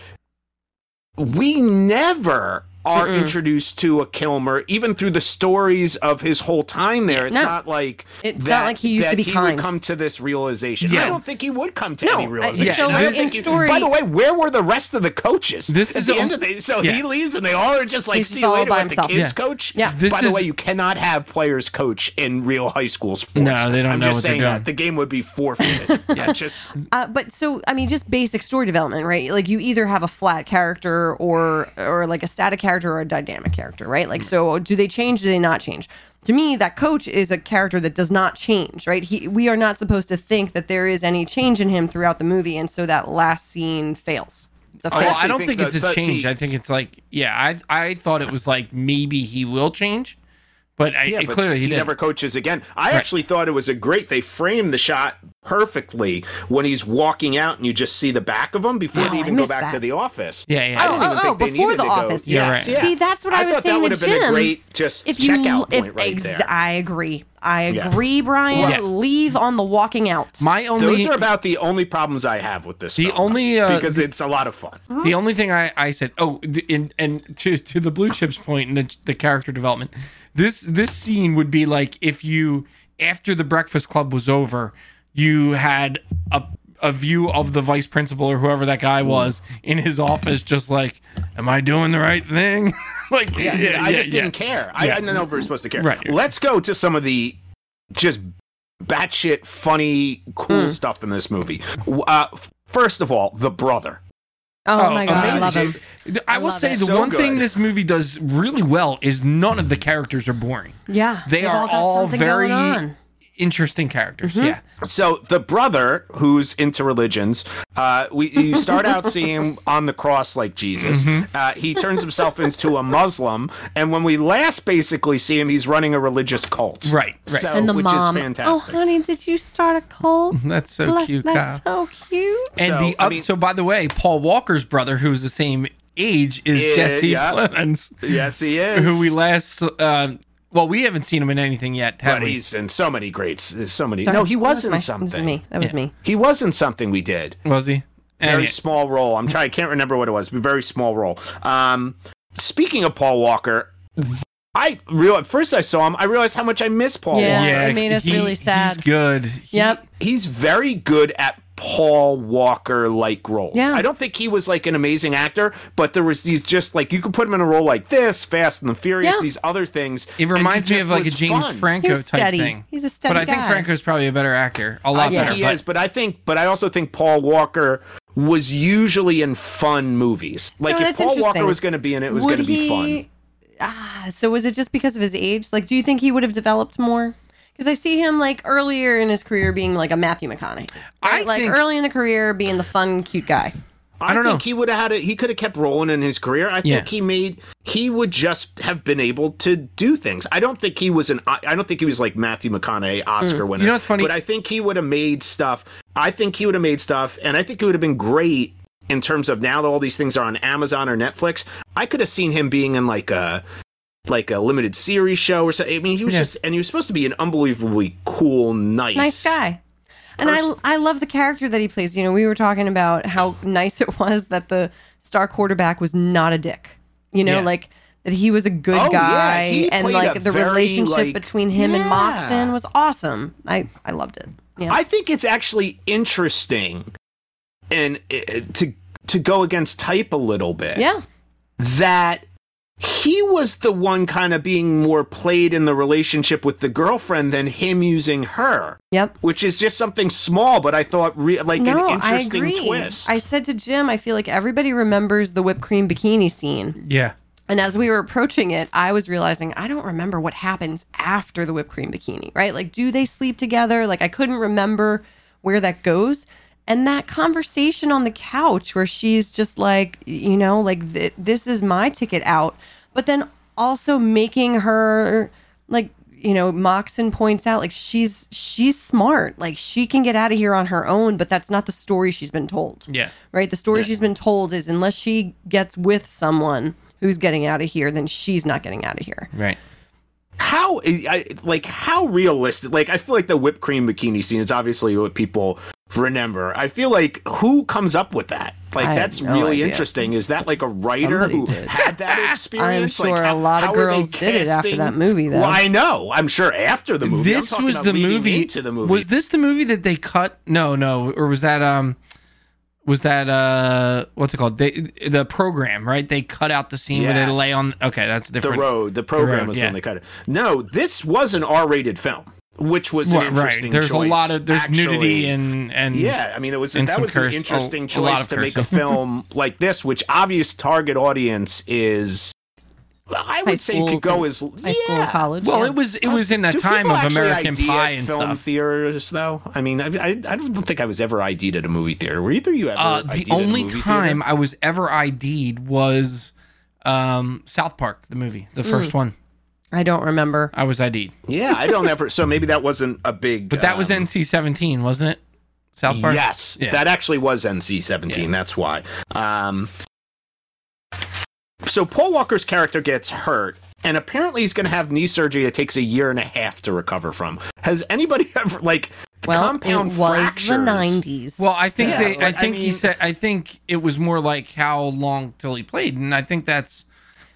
Speaker 1: we never are introduced to a Kilmer, even through the stories of his whole time there. It's
Speaker 3: No.
Speaker 1: not like
Speaker 3: It's not like he used
Speaker 1: that
Speaker 3: to be
Speaker 1: he
Speaker 3: kind.
Speaker 1: Would come to this realization. I
Speaker 2: Yeah.
Speaker 1: don't think he would come to any
Speaker 3: No, uh,
Speaker 1: realization.
Speaker 3: so
Speaker 2: Yeah,
Speaker 1: I
Speaker 3: like
Speaker 1: don't
Speaker 3: in
Speaker 1: think he-
Speaker 3: story,
Speaker 1: by the way, where were the rest of the coaches?
Speaker 2: This
Speaker 1: At
Speaker 2: is
Speaker 1: the
Speaker 2: a-
Speaker 1: end of the so
Speaker 2: yeah.
Speaker 1: he leaves and they all are just like
Speaker 3: He's
Speaker 1: see
Speaker 3: just
Speaker 1: you
Speaker 3: all
Speaker 1: later
Speaker 3: by
Speaker 1: with the
Speaker 3: himself.
Speaker 1: kids
Speaker 2: Yeah.
Speaker 1: coach.
Speaker 3: Yeah.
Speaker 2: This
Speaker 1: by the
Speaker 2: is-
Speaker 1: way, you cannot have players coach in real high school sports.
Speaker 2: No, they don't
Speaker 1: I'm
Speaker 2: know
Speaker 1: just
Speaker 2: what they're
Speaker 1: saying
Speaker 2: doing.
Speaker 1: that the game would be forfeited. yeah, just
Speaker 3: Uh, but so I mean, just basic story development, right? Like you either have a flat character or or like a static character or a dynamic character, right? Like so, do they change? Do they not change? To me, that coach is a character that does not change, right? He, we are not supposed to think that there is any change in him throughout the movie, and so that last scene fails. It's a
Speaker 2: Oh,
Speaker 3: fail.
Speaker 2: well,
Speaker 1: actually
Speaker 2: I don't
Speaker 1: think
Speaker 2: think,
Speaker 1: that-
Speaker 2: it's a
Speaker 1: that
Speaker 2: change.
Speaker 1: the-
Speaker 2: I think it's like, yeah, I I thought it was like maybe he will change, but I,
Speaker 1: Yeah,
Speaker 2: it-
Speaker 1: but
Speaker 2: clearly he,
Speaker 1: he,
Speaker 2: didn't.
Speaker 1: never coaches again. I actually thought it was a great. They framed the shot perfectly when he's walking out, and you just see the back of him before
Speaker 3: Oh,
Speaker 1: they
Speaker 3: I
Speaker 1: even go
Speaker 3: missed
Speaker 1: back to
Speaker 3: that.
Speaker 1: the office.
Speaker 2: Yeah, yeah.
Speaker 1: I didn't even
Speaker 3: Oh, oh,
Speaker 1: think
Speaker 3: oh,
Speaker 1: they
Speaker 3: before
Speaker 1: needed
Speaker 3: the
Speaker 1: to
Speaker 3: office,
Speaker 1: Go,
Speaker 2: yeah.
Speaker 1: Yes,
Speaker 2: Right.
Speaker 3: See, that's what I was
Speaker 1: thought
Speaker 3: saying
Speaker 1: That
Speaker 3: to
Speaker 1: would have been a
Speaker 3: Jim.
Speaker 1: great just
Speaker 3: if you,
Speaker 1: checkout
Speaker 3: if,
Speaker 1: point right
Speaker 3: ex-
Speaker 1: there.
Speaker 3: I agree. I
Speaker 1: Yeah.
Speaker 3: agree, Brian.
Speaker 2: Yeah.
Speaker 3: Leave on the walking out.
Speaker 2: My only
Speaker 1: Those are about the only problems I have with this.
Speaker 2: The
Speaker 1: film,
Speaker 2: only, uh,
Speaker 1: because it's a lot of fun.
Speaker 2: The only thing I, I said, oh, th- and, and to to the blue chips point and the, the character development, this this scene would be like if you after the Breakfast Club was over, you had a a view of the vice principal or whoever that
Speaker 1: Mm.
Speaker 2: guy was in his office, just like, am I doing the right thing? like, yeah,
Speaker 1: I just
Speaker 2: yeah.
Speaker 1: didn't care. I, I
Speaker 2: Yeah.
Speaker 1: didn't know if we were supposed to care.
Speaker 2: Right.
Speaker 1: Let's go to some of the just batshit funny, cool
Speaker 3: Hmm.
Speaker 1: stuff in this movie. Uh, f- first of all, the brother.
Speaker 3: oh, my god, I
Speaker 2: amazing.
Speaker 3: love him.
Speaker 2: I,
Speaker 3: I
Speaker 2: will
Speaker 3: love
Speaker 2: say
Speaker 3: it.
Speaker 2: the
Speaker 1: So
Speaker 2: one thing
Speaker 1: good.
Speaker 2: this movie does really well is none of the characters are boring.
Speaker 3: Yeah,
Speaker 2: They
Speaker 3: they've
Speaker 2: are
Speaker 3: got
Speaker 2: all
Speaker 3: something
Speaker 2: very
Speaker 3: going on.
Speaker 2: interesting characters.
Speaker 1: Mm-hmm.
Speaker 2: Yeah.
Speaker 1: So the brother who's into religions, uh, we you start out seeing him on the cross like Jesus.
Speaker 2: Mm-hmm.
Speaker 1: Uh, he turns himself into a Muslim, and when we last basically see him, he's running a religious cult.
Speaker 2: Right, right.
Speaker 1: So,
Speaker 3: and the
Speaker 1: which
Speaker 3: mom.
Speaker 1: is fantastic.
Speaker 3: Oh, honey, did you start a cult?
Speaker 2: That's so
Speaker 3: Bless,
Speaker 2: Mhm. cute,
Speaker 3: that's
Speaker 2: Kyle.
Speaker 3: so cute.
Speaker 2: And
Speaker 1: So,
Speaker 2: the
Speaker 1: I
Speaker 2: up,
Speaker 1: mean-
Speaker 2: so by the way, Paul Walker's brother, who's the same age, is
Speaker 1: Yeah,
Speaker 2: Jesse
Speaker 1: yeah.
Speaker 2: Plemons,
Speaker 1: Yes, he is.
Speaker 2: who we last. Um, well, we haven't seen him in anything yet, have
Speaker 1: But
Speaker 2: we?
Speaker 1: he's in so many greats. There's So many.
Speaker 3: Sorry,
Speaker 1: No, he
Speaker 3: that
Speaker 1: was
Speaker 3: my-
Speaker 1: in
Speaker 3: That
Speaker 1: something.
Speaker 3: was me. That was me.
Speaker 1: He was in something we did.
Speaker 2: Was he?
Speaker 1: Very
Speaker 2: Anyway,
Speaker 1: small role. I'm trying. I can't remember what it was. But very small role. Um, speaking of Paul Walker, I real at first I saw him. I realized how much I miss Paul
Speaker 3: Yeah.
Speaker 1: Walker.
Speaker 3: it made us
Speaker 2: he-
Speaker 3: really sad.
Speaker 2: He's good. He-
Speaker 3: Yep.
Speaker 1: He's very good at Paul Walker like roles.
Speaker 3: Yeah.
Speaker 1: I don't think he was like an amazing actor, but there was these just like you could put him in a role like this, Fast and the Furious,
Speaker 3: Yeah.
Speaker 1: these other things.
Speaker 2: It
Speaker 1: and he
Speaker 2: reminds me
Speaker 1: just
Speaker 2: of like a
Speaker 1: was
Speaker 2: James
Speaker 1: fun.
Speaker 2: Franco
Speaker 3: He's
Speaker 2: type
Speaker 3: steady.
Speaker 2: thing.
Speaker 3: He's a steady
Speaker 2: But I think
Speaker 3: guy.
Speaker 2: Franco's probably a better actor, a lot
Speaker 1: I think
Speaker 2: better.
Speaker 1: he
Speaker 2: but
Speaker 1: is, but I think, but I also think Paul Walker was usually in fun movies. Like if
Speaker 3: that's
Speaker 1: Paul Walker
Speaker 3: interesting.
Speaker 1: was going to be in it, it was going to be fun.
Speaker 3: Ah, so was it just because of his age? Like, do you think he would have developed more? Because I see him like earlier in his career being like a Matthew McConaughey.
Speaker 2: I
Speaker 3: right? like
Speaker 2: think-
Speaker 3: early in the career being the fun, cute guy.
Speaker 1: I,
Speaker 2: don't
Speaker 1: think
Speaker 2: know.
Speaker 1: he would have had it. He could have kept rolling in his career. I think
Speaker 2: Yeah.
Speaker 1: he made. He would just have been able to do things. I don't think he was an. I I don't think he was like Matthew McConaughey Oscar winner.
Speaker 2: Hmm. You know what's funny?
Speaker 1: But I think he would have made stuff. I think he would have made stuff, and I think it would have been great in terms of now that all these things are on Amazon or Netflix. I could have seen him being in like a like a limited series show or something. I mean, he was
Speaker 2: Yeah.
Speaker 1: just and he was supposed to be an unbelievably cool, nice,
Speaker 3: Nice guy. and I, I love the character that he plays. You know, we were talking about how nice it was that the star quarterback was not a dick. You know,
Speaker 2: Yeah.
Speaker 3: like that he was a good
Speaker 1: Oh, yeah,
Speaker 3: guy,
Speaker 1: he
Speaker 3: and
Speaker 1: played
Speaker 3: like
Speaker 1: a
Speaker 3: the
Speaker 1: very,
Speaker 3: relationship
Speaker 1: like-
Speaker 3: between him and
Speaker 1: Yeah.
Speaker 3: Moxon was awesome. I I loved it. Yeah,
Speaker 1: I think it's actually interesting and uh, to to go against type a little bit.
Speaker 3: yeah,
Speaker 1: That he was the one kind of being more played in the relationship with the girlfriend than him using her,
Speaker 3: yep.
Speaker 1: which is just something small, but I thought re- like
Speaker 3: no,
Speaker 1: an
Speaker 3: I
Speaker 1: interesting
Speaker 3: agree.
Speaker 1: twist.
Speaker 3: I said to Jim, I feel like everybody remembers the whipped cream bikini scene.
Speaker 2: Yeah.
Speaker 3: And as we were approaching it, I was realizing I don't remember what happens after the whipped cream bikini, right? Like, do they sleep together? Like, I couldn't remember where that goes. And that conversation on the couch where she's just like, you know, like, th- this is my ticket out. But then also making her, like, you know, Moxon points out, like, she's she's smart. Like, she can get out of here on her own, but that's not the story she's been told
Speaker 2: Yeah.
Speaker 3: right? The story she's been told is unless she gets with someone who's getting out of here, then she's not getting out of here.
Speaker 2: Right.
Speaker 1: how I, like how realistic like i feel like the whipped cream bikini scene is obviously what people remember i feel like who comes up with that like
Speaker 3: I have
Speaker 1: that's
Speaker 3: no
Speaker 1: really
Speaker 3: idea.
Speaker 1: interesting is that like a writer
Speaker 3: somebody
Speaker 1: who
Speaker 3: did.
Speaker 1: had that experience
Speaker 3: sure
Speaker 1: Like,
Speaker 3: a
Speaker 1: how-
Speaker 3: lot of
Speaker 1: how are they
Speaker 3: girls did it after
Speaker 1: casting-
Speaker 3: that movie, though.
Speaker 1: well i know i'm sure after the movie I'm
Speaker 2: This
Speaker 1: talking
Speaker 2: was
Speaker 1: about
Speaker 2: the
Speaker 1: leading
Speaker 2: movie.
Speaker 1: into the movie
Speaker 2: Was this the movie that they cut? No, no. Or was that um was that uh what's it called? They, the program, right? They cut out the scene where they
Speaker 1: Yes.
Speaker 2: lay on Okay, that's
Speaker 1: the
Speaker 2: different.
Speaker 1: road the program
Speaker 2: road,
Speaker 1: was
Speaker 2: yeah.
Speaker 1: when they cut it no this was an r-rated film which was an
Speaker 2: Right,
Speaker 1: interesting
Speaker 2: right. There's
Speaker 1: choice,
Speaker 2: a lot of there's
Speaker 1: actually.
Speaker 2: nudity and and
Speaker 1: Yeah, I mean, it was
Speaker 2: and
Speaker 1: that
Speaker 2: some
Speaker 1: was an
Speaker 2: curse- a-
Speaker 1: interesting
Speaker 2: a lot
Speaker 1: choice
Speaker 2: of
Speaker 1: to make a
Speaker 2: cursing.
Speaker 1: film like this, which obvious target audience is. I would say it could
Speaker 3: schools
Speaker 1: go
Speaker 3: and-
Speaker 1: as
Speaker 3: High school
Speaker 1: yeah.
Speaker 3: and college.
Speaker 2: Well,
Speaker 3: yeah.
Speaker 2: it was it was in that
Speaker 1: Do
Speaker 2: time
Speaker 1: people
Speaker 2: of
Speaker 1: actually
Speaker 2: American
Speaker 1: ID
Speaker 2: Pie
Speaker 1: at
Speaker 2: and
Speaker 1: film
Speaker 2: stuff.
Speaker 1: theaters, though. I mean, I, I, I don't think I was ever ID'd at a movie theater. Were either of you ever?
Speaker 2: Uh,
Speaker 1: ID'd
Speaker 2: the
Speaker 1: at a
Speaker 2: only
Speaker 1: movie
Speaker 2: time
Speaker 1: theater?
Speaker 2: I was ever ID'd was um, South Park, the movie,
Speaker 1: Mm.
Speaker 2: the first one.
Speaker 3: I don't remember.
Speaker 2: I was ID'd,
Speaker 1: yeah, I don't ever. So maybe that wasn't a big.
Speaker 2: but that was
Speaker 1: um,
Speaker 2: NC-17, wasn't it? South Park.
Speaker 1: Yes,
Speaker 2: Yeah.
Speaker 1: that actually was NC seventeen. That's why. Um, so Paul Walker's character gets hurt, and apparently he's going to have knee surgery that takes a year and a half to recover from. Has anybody ever like the
Speaker 3: Well,
Speaker 1: compound
Speaker 3: it was the
Speaker 1: fractures?
Speaker 3: 90s.
Speaker 2: Well, I think
Speaker 1: Yeah,
Speaker 2: they, I
Speaker 1: like, I
Speaker 2: think he
Speaker 1: mean-
Speaker 2: said. I think it was more like how long till he played, and I think that's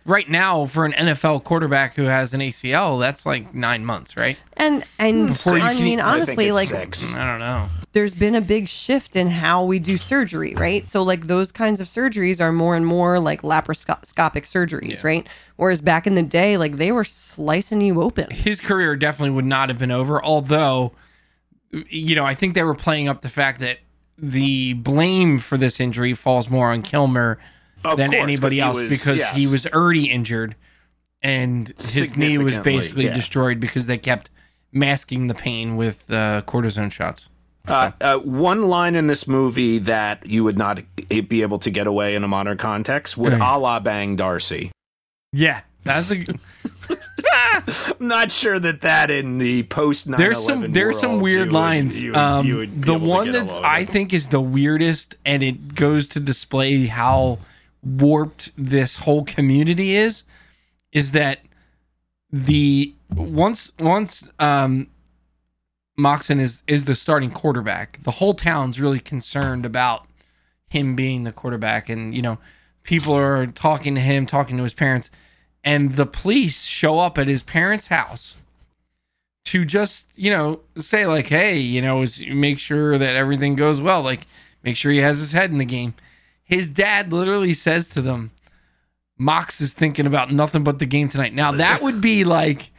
Speaker 2: right now for an NFL quarterback who has an ACL, that's like nine months, right?
Speaker 3: and and
Speaker 2: Before you
Speaker 3: I
Speaker 2: can-
Speaker 3: mean,
Speaker 1: I think
Speaker 3: honestly,
Speaker 1: it's
Speaker 3: like
Speaker 1: six.
Speaker 2: I don't know.
Speaker 3: there's been a big shift in how we do surgery, right? So like those kinds of surgeries are more and more like laparoscopic surgeries, right? Whereas back in the day, like they were slicing you open.
Speaker 2: his career definitely would not have been over. Although, you know, I think they were playing up the fact that the blame for this injury falls more on Kilmer
Speaker 1: Of
Speaker 2: than
Speaker 1: course, 'cause
Speaker 2: anybody
Speaker 1: he
Speaker 2: else
Speaker 1: was-
Speaker 2: because he
Speaker 1: yes.
Speaker 2: was already injured and his knee was
Speaker 1: Significantly,
Speaker 2: basically
Speaker 1: yeah.
Speaker 2: destroyed because they kept masking the pain with uh, cortisone shots.
Speaker 1: Uh, uh, one line in this movie that you would not be able to get away in a modern context would
Speaker 2: Right.
Speaker 1: a la bang Darcy.
Speaker 2: Yeah, that's a,
Speaker 1: I'm not sure that that in the post 9
Speaker 2: there's some there's some weird lines. um, the one that's I think is the weirdest, and it goes to display how warped this whole community is. Is that the once once um, Moxon is is the starting quarterback, the whole town's really concerned about him being the quarterback, and you know people are talking to him, talking to his parents, and the police show up at his parents' house to just you know say like hey you know is make sure that everything goes well like make sure he has his head in the game his dad literally says to them mox is thinking about nothing but the game tonight now that would be like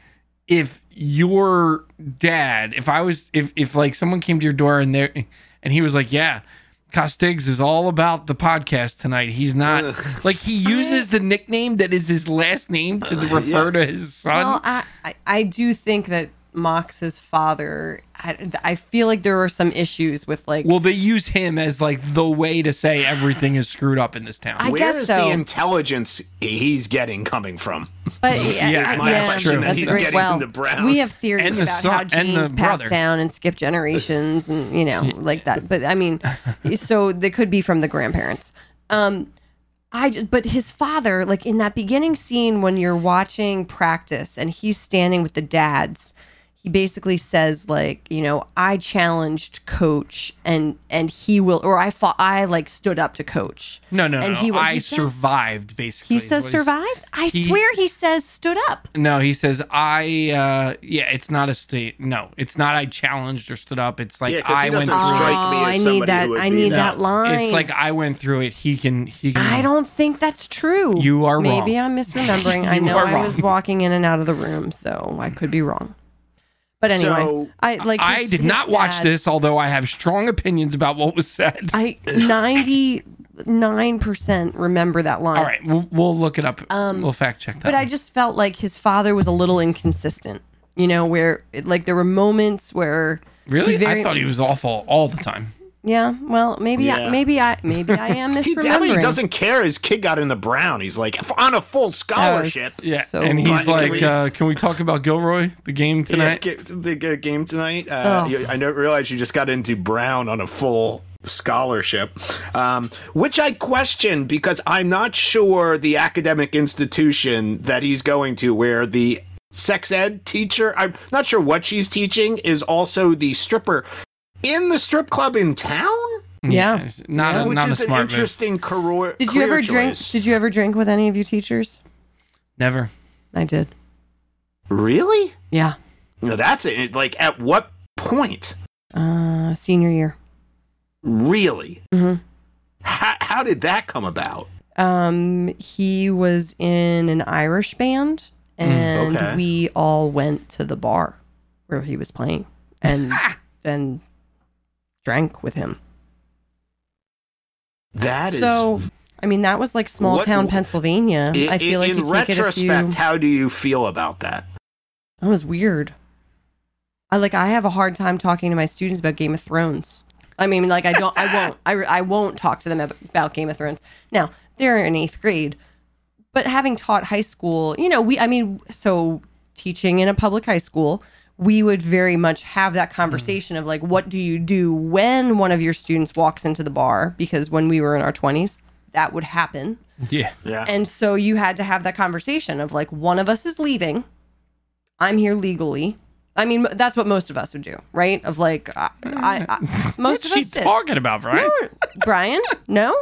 Speaker 2: if your dad if i was if if like someone came to your door and there and he was like yeah Costigs is all about the podcast tonight. He's not like he uses the nickname that is his last name to refer to his son.
Speaker 3: Well, I, I, I do think that Mox's father, I, I feel like there are some issues with like.
Speaker 2: Well, they use him as like the way to say everything is screwed up in this town.
Speaker 3: I-
Speaker 1: Where
Speaker 3: guess
Speaker 1: is
Speaker 3: so.
Speaker 1: the intelligence he's getting coming from?
Speaker 3: but yeah,
Speaker 2: it's my question that
Speaker 3: that's
Speaker 2: he's
Speaker 3: a great.
Speaker 1: getting
Speaker 3: Well,
Speaker 1: the brown.
Speaker 3: we have theories
Speaker 2: And the
Speaker 3: about
Speaker 2: son-
Speaker 3: how
Speaker 2: and the
Speaker 3: genes pass
Speaker 2: brother.
Speaker 3: down and skip generations, and you know, like that. But I mean, so they could be from the grandparents. Um, I just, but his father, like in that beginning scene when you're watching practice and he's standing with the dads, he basically says like you know i challenged coach and and he will or i fought i like stood up to coach
Speaker 2: No, no,
Speaker 3: and
Speaker 2: no.
Speaker 3: he will-
Speaker 2: I
Speaker 3: he says-
Speaker 2: survived, basically.
Speaker 3: he
Speaker 2: is
Speaker 3: says
Speaker 2: what
Speaker 3: survived i
Speaker 2: he-
Speaker 3: swear he says stood up
Speaker 2: No, he says I. uh Yeah, it's not a state. No, it's not. I challenged or stood up. It's like
Speaker 1: Yeah, 'cause he
Speaker 2: I went
Speaker 1: doesn't
Speaker 2: through.
Speaker 1: strike
Speaker 2: it.
Speaker 1: me
Speaker 3: oh,
Speaker 1: as
Speaker 3: i
Speaker 1: somebody who
Speaker 3: need that
Speaker 1: would
Speaker 3: i
Speaker 1: be
Speaker 3: need
Speaker 1: that.
Speaker 3: Oh, that line
Speaker 2: It's like I went through it. He can. He can.
Speaker 3: I don't think that's true.
Speaker 2: You are wrong.
Speaker 3: Maybe I'm misremembering. I
Speaker 2: You
Speaker 3: know
Speaker 2: are
Speaker 3: I
Speaker 2: wrong.
Speaker 3: was walking in and out of the room, so I could be wrong. But anyway,
Speaker 1: So,
Speaker 3: I like.
Speaker 2: I
Speaker 3: his-
Speaker 2: did
Speaker 3: his
Speaker 2: not watch
Speaker 3: dad-
Speaker 2: this, although I have strong opinions about what was said.
Speaker 3: I ninety nine percent remember that line.
Speaker 2: All right, we'll, we'll look it up.
Speaker 3: Um,
Speaker 2: we'll fact check that.
Speaker 3: But I
Speaker 2: one.
Speaker 3: just felt like his father was a little inconsistent. You know, where it- like there were moments where
Speaker 2: really,
Speaker 3: he very-
Speaker 2: I thought he was awful all the time.
Speaker 3: yeah. Well, maybe I,
Speaker 1: Yeah.
Speaker 3: maybe I maybe I am
Speaker 1: He, I mean,
Speaker 3: misremembering.
Speaker 1: he doesn't care. His kid got in the brown. He's like "F- on a full
Speaker 3: That was
Speaker 1: scholarship.
Speaker 2: Yeah,
Speaker 3: so
Speaker 2: and
Speaker 1: But
Speaker 2: he's
Speaker 1: can
Speaker 2: like,
Speaker 1: we-
Speaker 2: uh, "Can we talk about Gilroy the game
Speaker 4: Yeah,
Speaker 2: tonight?"
Speaker 4: get, big uh, game tonight. Uh,
Speaker 3: Ugh.
Speaker 4: you-
Speaker 1: I didn't realize you just got into Brown on a full scholarship, um, which I question because I'm not sure the academic institution that he's going to, where the sex ed teacher, I'm not sure what she's teaching, is also the stripper in the strip club in town,
Speaker 3: Yeah.
Speaker 2: Mm. not a,
Speaker 1: which
Speaker 2: not a
Speaker 1: is an
Speaker 2: smart move.
Speaker 1: interesting career.
Speaker 3: Did you
Speaker 1: career
Speaker 3: ever drink?
Speaker 1: choice.
Speaker 3: Did you ever drink with any of your teachers?
Speaker 2: Never.
Speaker 3: I did.
Speaker 1: really?
Speaker 3: Yeah.
Speaker 1: No, that's it. Like, at what point?
Speaker 3: Uh, senior year.
Speaker 1: Really?
Speaker 3: Mhm.
Speaker 1: How, how did that come about?
Speaker 3: Um, he was in an Irish band, and
Speaker 1: Mm, okay.
Speaker 3: we all went to the bar where he was playing, and then drank with him.
Speaker 1: That is
Speaker 3: so, I mean, that was like small
Speaker 1: What-
Speaker 3: town Pennsylvania.
Speaker 1: I-
Speaker 3: I feel like
Speaker 1: in
Speaker 3: you take it a few.
Speaker 1: retrospect,
Speaker 3: That
Speaker 1: how do you feel about that?
Speaker 3: was weird. I like. I have a hard time talking to my students about Game of Thrones. I mean, like I don't. I won't. I, I won't talk to them ab- about Game of Thrones. Now they're in eighth grade, but having taught high school, you know, we, I mean, so teaching in a public high school, we would very much have that conversation of like, what do you do when one of your students walks into the bar? Because when we were in our 20s, that would happen.
Speaker 2: Yeah.
Speaker 1: Yeah.
Speaker 3: And so you had to have that conversation of like, one of us is leaving. I'm here legally. I mean, that's what most of us would do, right? Of like, I, I, I,
Speaker 2: What's
Speaker 3: most of
Speaker 2: she
Speaker 3: us did.
Speaker 2: talking about, Brian?
Speaker 3: Brian, no.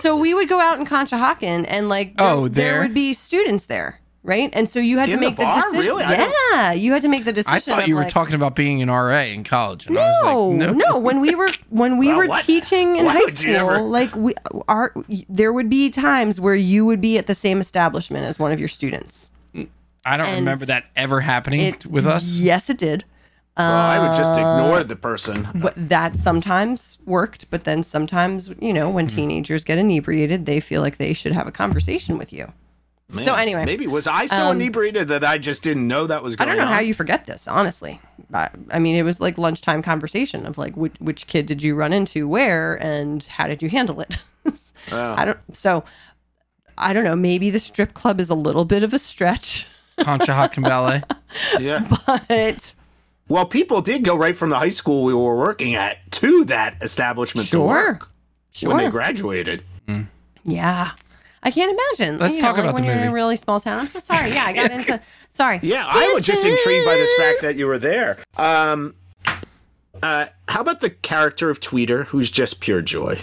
Speaker 3: So we would go out in Conshohocken and like there,
Speaker 2: Oh,
Speaker 3: there
Speaker 2: there?
Speaker 3: would be students there, right? And so you had
Speaker 1: In
Speaker 3: to
Speaker 1: the
Speaker 3: make the,
Speaker 1: bar?
Speaker 3: decision.
Speaker 1: Really? I don't-
Speaker 3: Yeah, you had to make the decision.
Speaker 2: I thought
Speaker 3: of,
Speaker 2: you were
Speaker 3: like,
Speaker 2: talking about being an RA in college. And I
Speaker 3: No,
Speaker 2: was like,
Speaker 3: no,
Speaker 2: no,
Speaker 3: When we were when we
Speaker 1: Wow,
Speaker 3: were
Speaker 1: what-
Speaker 3: teaching in
Speaker 1: why
Speaker 3: high
Speaker 1: would you
Speaker 3: school,
Speaker 1: ever-
Speaker 3: like we are, there would be times where you would be at the same establishment as one of your students.
Speaker 2: I don't
Speaker 3: And
Speaker 2: remember that ever happening
Speaker 3: It
Speaker 2: with us.
Speaker 3: Yes, it did.
Speaker 1: well, I would just ignore the person.
Speaker 3: But that sometimes worked, but then sometimes, you know, when
Speaker 1: Mm-hmm.
Speaker 3: teenagers get inebriated, they feel like they should have a conversation with you.
Speaker 1: Man,
Speaker 3: so anyway, um,
Speaker 1: maybe was I so inebriated that I just didn't know that was
Speaker 3: I
Speaker 1: going on?
Speaker 3: don't know how you forget this, honestly. I, I mean, it was like lunchtime conversation of like which, which kid did you run into where and how did you handle it. I don't. So I don't know. Maybe the strip club is a little bit of a stretch,
Speaker 2: Conshohocken Ballet.
Speaker 1: Yeah.
Speaker 3: but
Speaker 1: Well, people did go right from the high school we were working at to that establishment to
Speaker 3: sure,
Speaker 1: work when they
Speaker 3: sure,
Speaker 1: graduated.
Speaker 3: yeah. I can't imagine.
Speaker 2: Let's
Speaker 3: you know,
Speaker 2: talk
Speaker 3: like
Speaker 2: about
Speaker 3: when
Speaker 2: the
Speaker 3: you're in a
Speaker 2: movie.
Speaker 3: really small town. I'm so sorry. Yeah, I got into. Sorry.
Speaker 1: Yeah, I was just
Speaker 3: Tangent.
Speaker 1: intrigued by this fact that you were there. Um, uh, how about the character of Tweeter, who's just pure joy?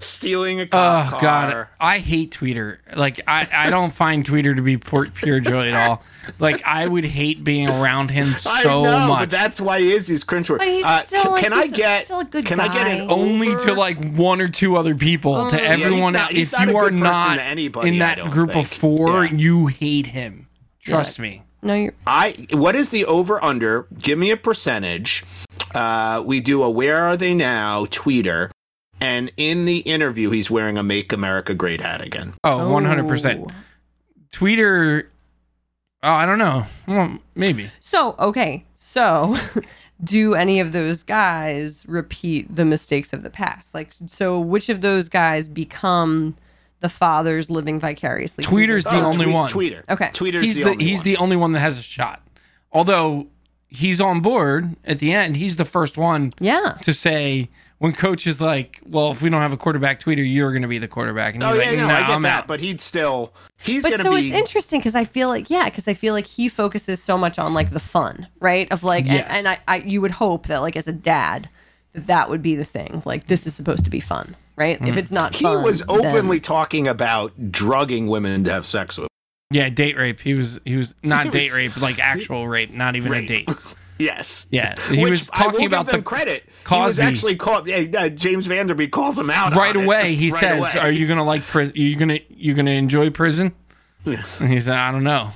Speaker 1: Stealing a cop
Speaker 2: Oh God,
Speaker 1: car.
Speaker 2: I hate Tweeter. Like I, I don't find Tweeter to be pure, pure joy at all. Like I would hate being around him so
Speaker 1: I know,
Speaker 2: much.
Speaker 1: but that's why he is he's cringeworthy.
Speaker 3: But he's
Speaker 1: Uh,
Speaker 3: still
Speaker 1: c-
Speaker 3: like,
Speaker 1: can
Speaker 3: he's
Speaker 1: I get
Speaker 3: still a good
Speaker 1: can I get
Speaker 3: guy.
Speaker 1: an
Speaker 2: only
Speaker 1: over? Oh,
Speaker 2: to like one or two other people. to
Speaker 1: yeah, he's
Speaker 2: everyone
Speaker 1: not-
Speaker 2: else,
Speaker 1: he's
Speaker 2: if
Speaker 1: not a
Speaker 2: you are
Speaker 1: good person
Speaker 2: not
Speaker 1: to anybody,
Speaker 2: in
Speaker 1: I
Speaker 2: that
Speaker 1: don't
Speaker 2: group of
Speaker 1: think.
Speaker 2: four,
Speaker 1: Yeah.
Speaker 2: you hate him. Trust me.
Speaker 3: No, you're.
Speaker 1: I what is the over under? Give me a percentage. Uh, we do a where are they now tweeter, and in the interview he's wearing a Make America Great hat again.
Speaker 2: Oh, one hundred percent.
Speaker 3: Oh.
Speaker 2: Tweeter. Oh, I don't know. Well, maybe.
Speaker 3: So, okay. So, do any of those guys repeat the mistakes of the past? Like, so which of those guys become the fathers living vicariously? through
Speaker 2: Tweeter's
Speaker 3: their
Speaker 2: the
Speaker 3: son?
Speaker 2: only one.
Speaker 1: Tweeter.
Speaker 3: Oh, Okay.
Speaker 1: Tweeter's
Speaker 2: he's
Speaker 1: the,
Speaker 2: the,
Speaker 1: only
Speaker 2: he's
Speaker 1: one.
Speaker 2: the only one that has a shot. Although he's on board at the end, he's the first one
Speaker 3: Yeah.
Speaker 2: to say when coach is like, "Well, if we don't have a quarterback tweeter, you're going to be the quarterback," and he's
Speaker 1: Oh
Speaker 2: like,
Speaker 1: yeah, no,
Speaker 2: "Nah,
Speaker 1: I get
Speaker 2: I'm
Speaker 1: that,
Speaker 2: out."
Speaker 1: but he'd still he's
Speaker 3: But
Speaker 1: gonna
Speaker 3: so
Speaker 1: be.
Speaker 3: it's interesting because I feel like yeah, because I feel like he focuses so much on like the fun, right? Of like,
Speaker 2: Yes.
Speaker 3: and, and I, I, you would hope that like as a dad, that that would be the thing. Like this is supposed to be fun, right?
Speaker 2: Mm.
Speaker 3: If it's not,
Speaker 1: he
Speaker 3: fun,
Speaker 1: was
Speaker 3: then-
Speaker 1: openly talking about drugging women to have sex with.
Speaker 2: yeah, date rape. He was he was not
Speaker 1: He
Speaker 2: date
Speaker 1: was-
Speaker 2: rape, like actual rape, not even a
Speaker 1: Rape.
Speaker 2: date.
Speaker 1: Yes.
Speaker 2: Yeah, he
Speaker 1: Which
Speaker 2: was
Speaker 1: I will
Speaker 2: talking
Speaker 1: give
Speaker 2: about
Speaker 1: them
Speaker 2: the
Speaker 1: credit. He was
Speaker 2: Cosby.
Speaker 1: actually called. yeah, Uh, James Vanderby calls him out
Speaker 2: right
Speaker 1: on it.
Speaker 2: away. He
Speaker 1: Right
Speaker 2: says,
Speaker 1: away.
Speaker 2: "Are you going to like prison? You going to you going to enjoy prison?"
Speaker 1: Yeah.
Speaker 2: And he said, "I don't know."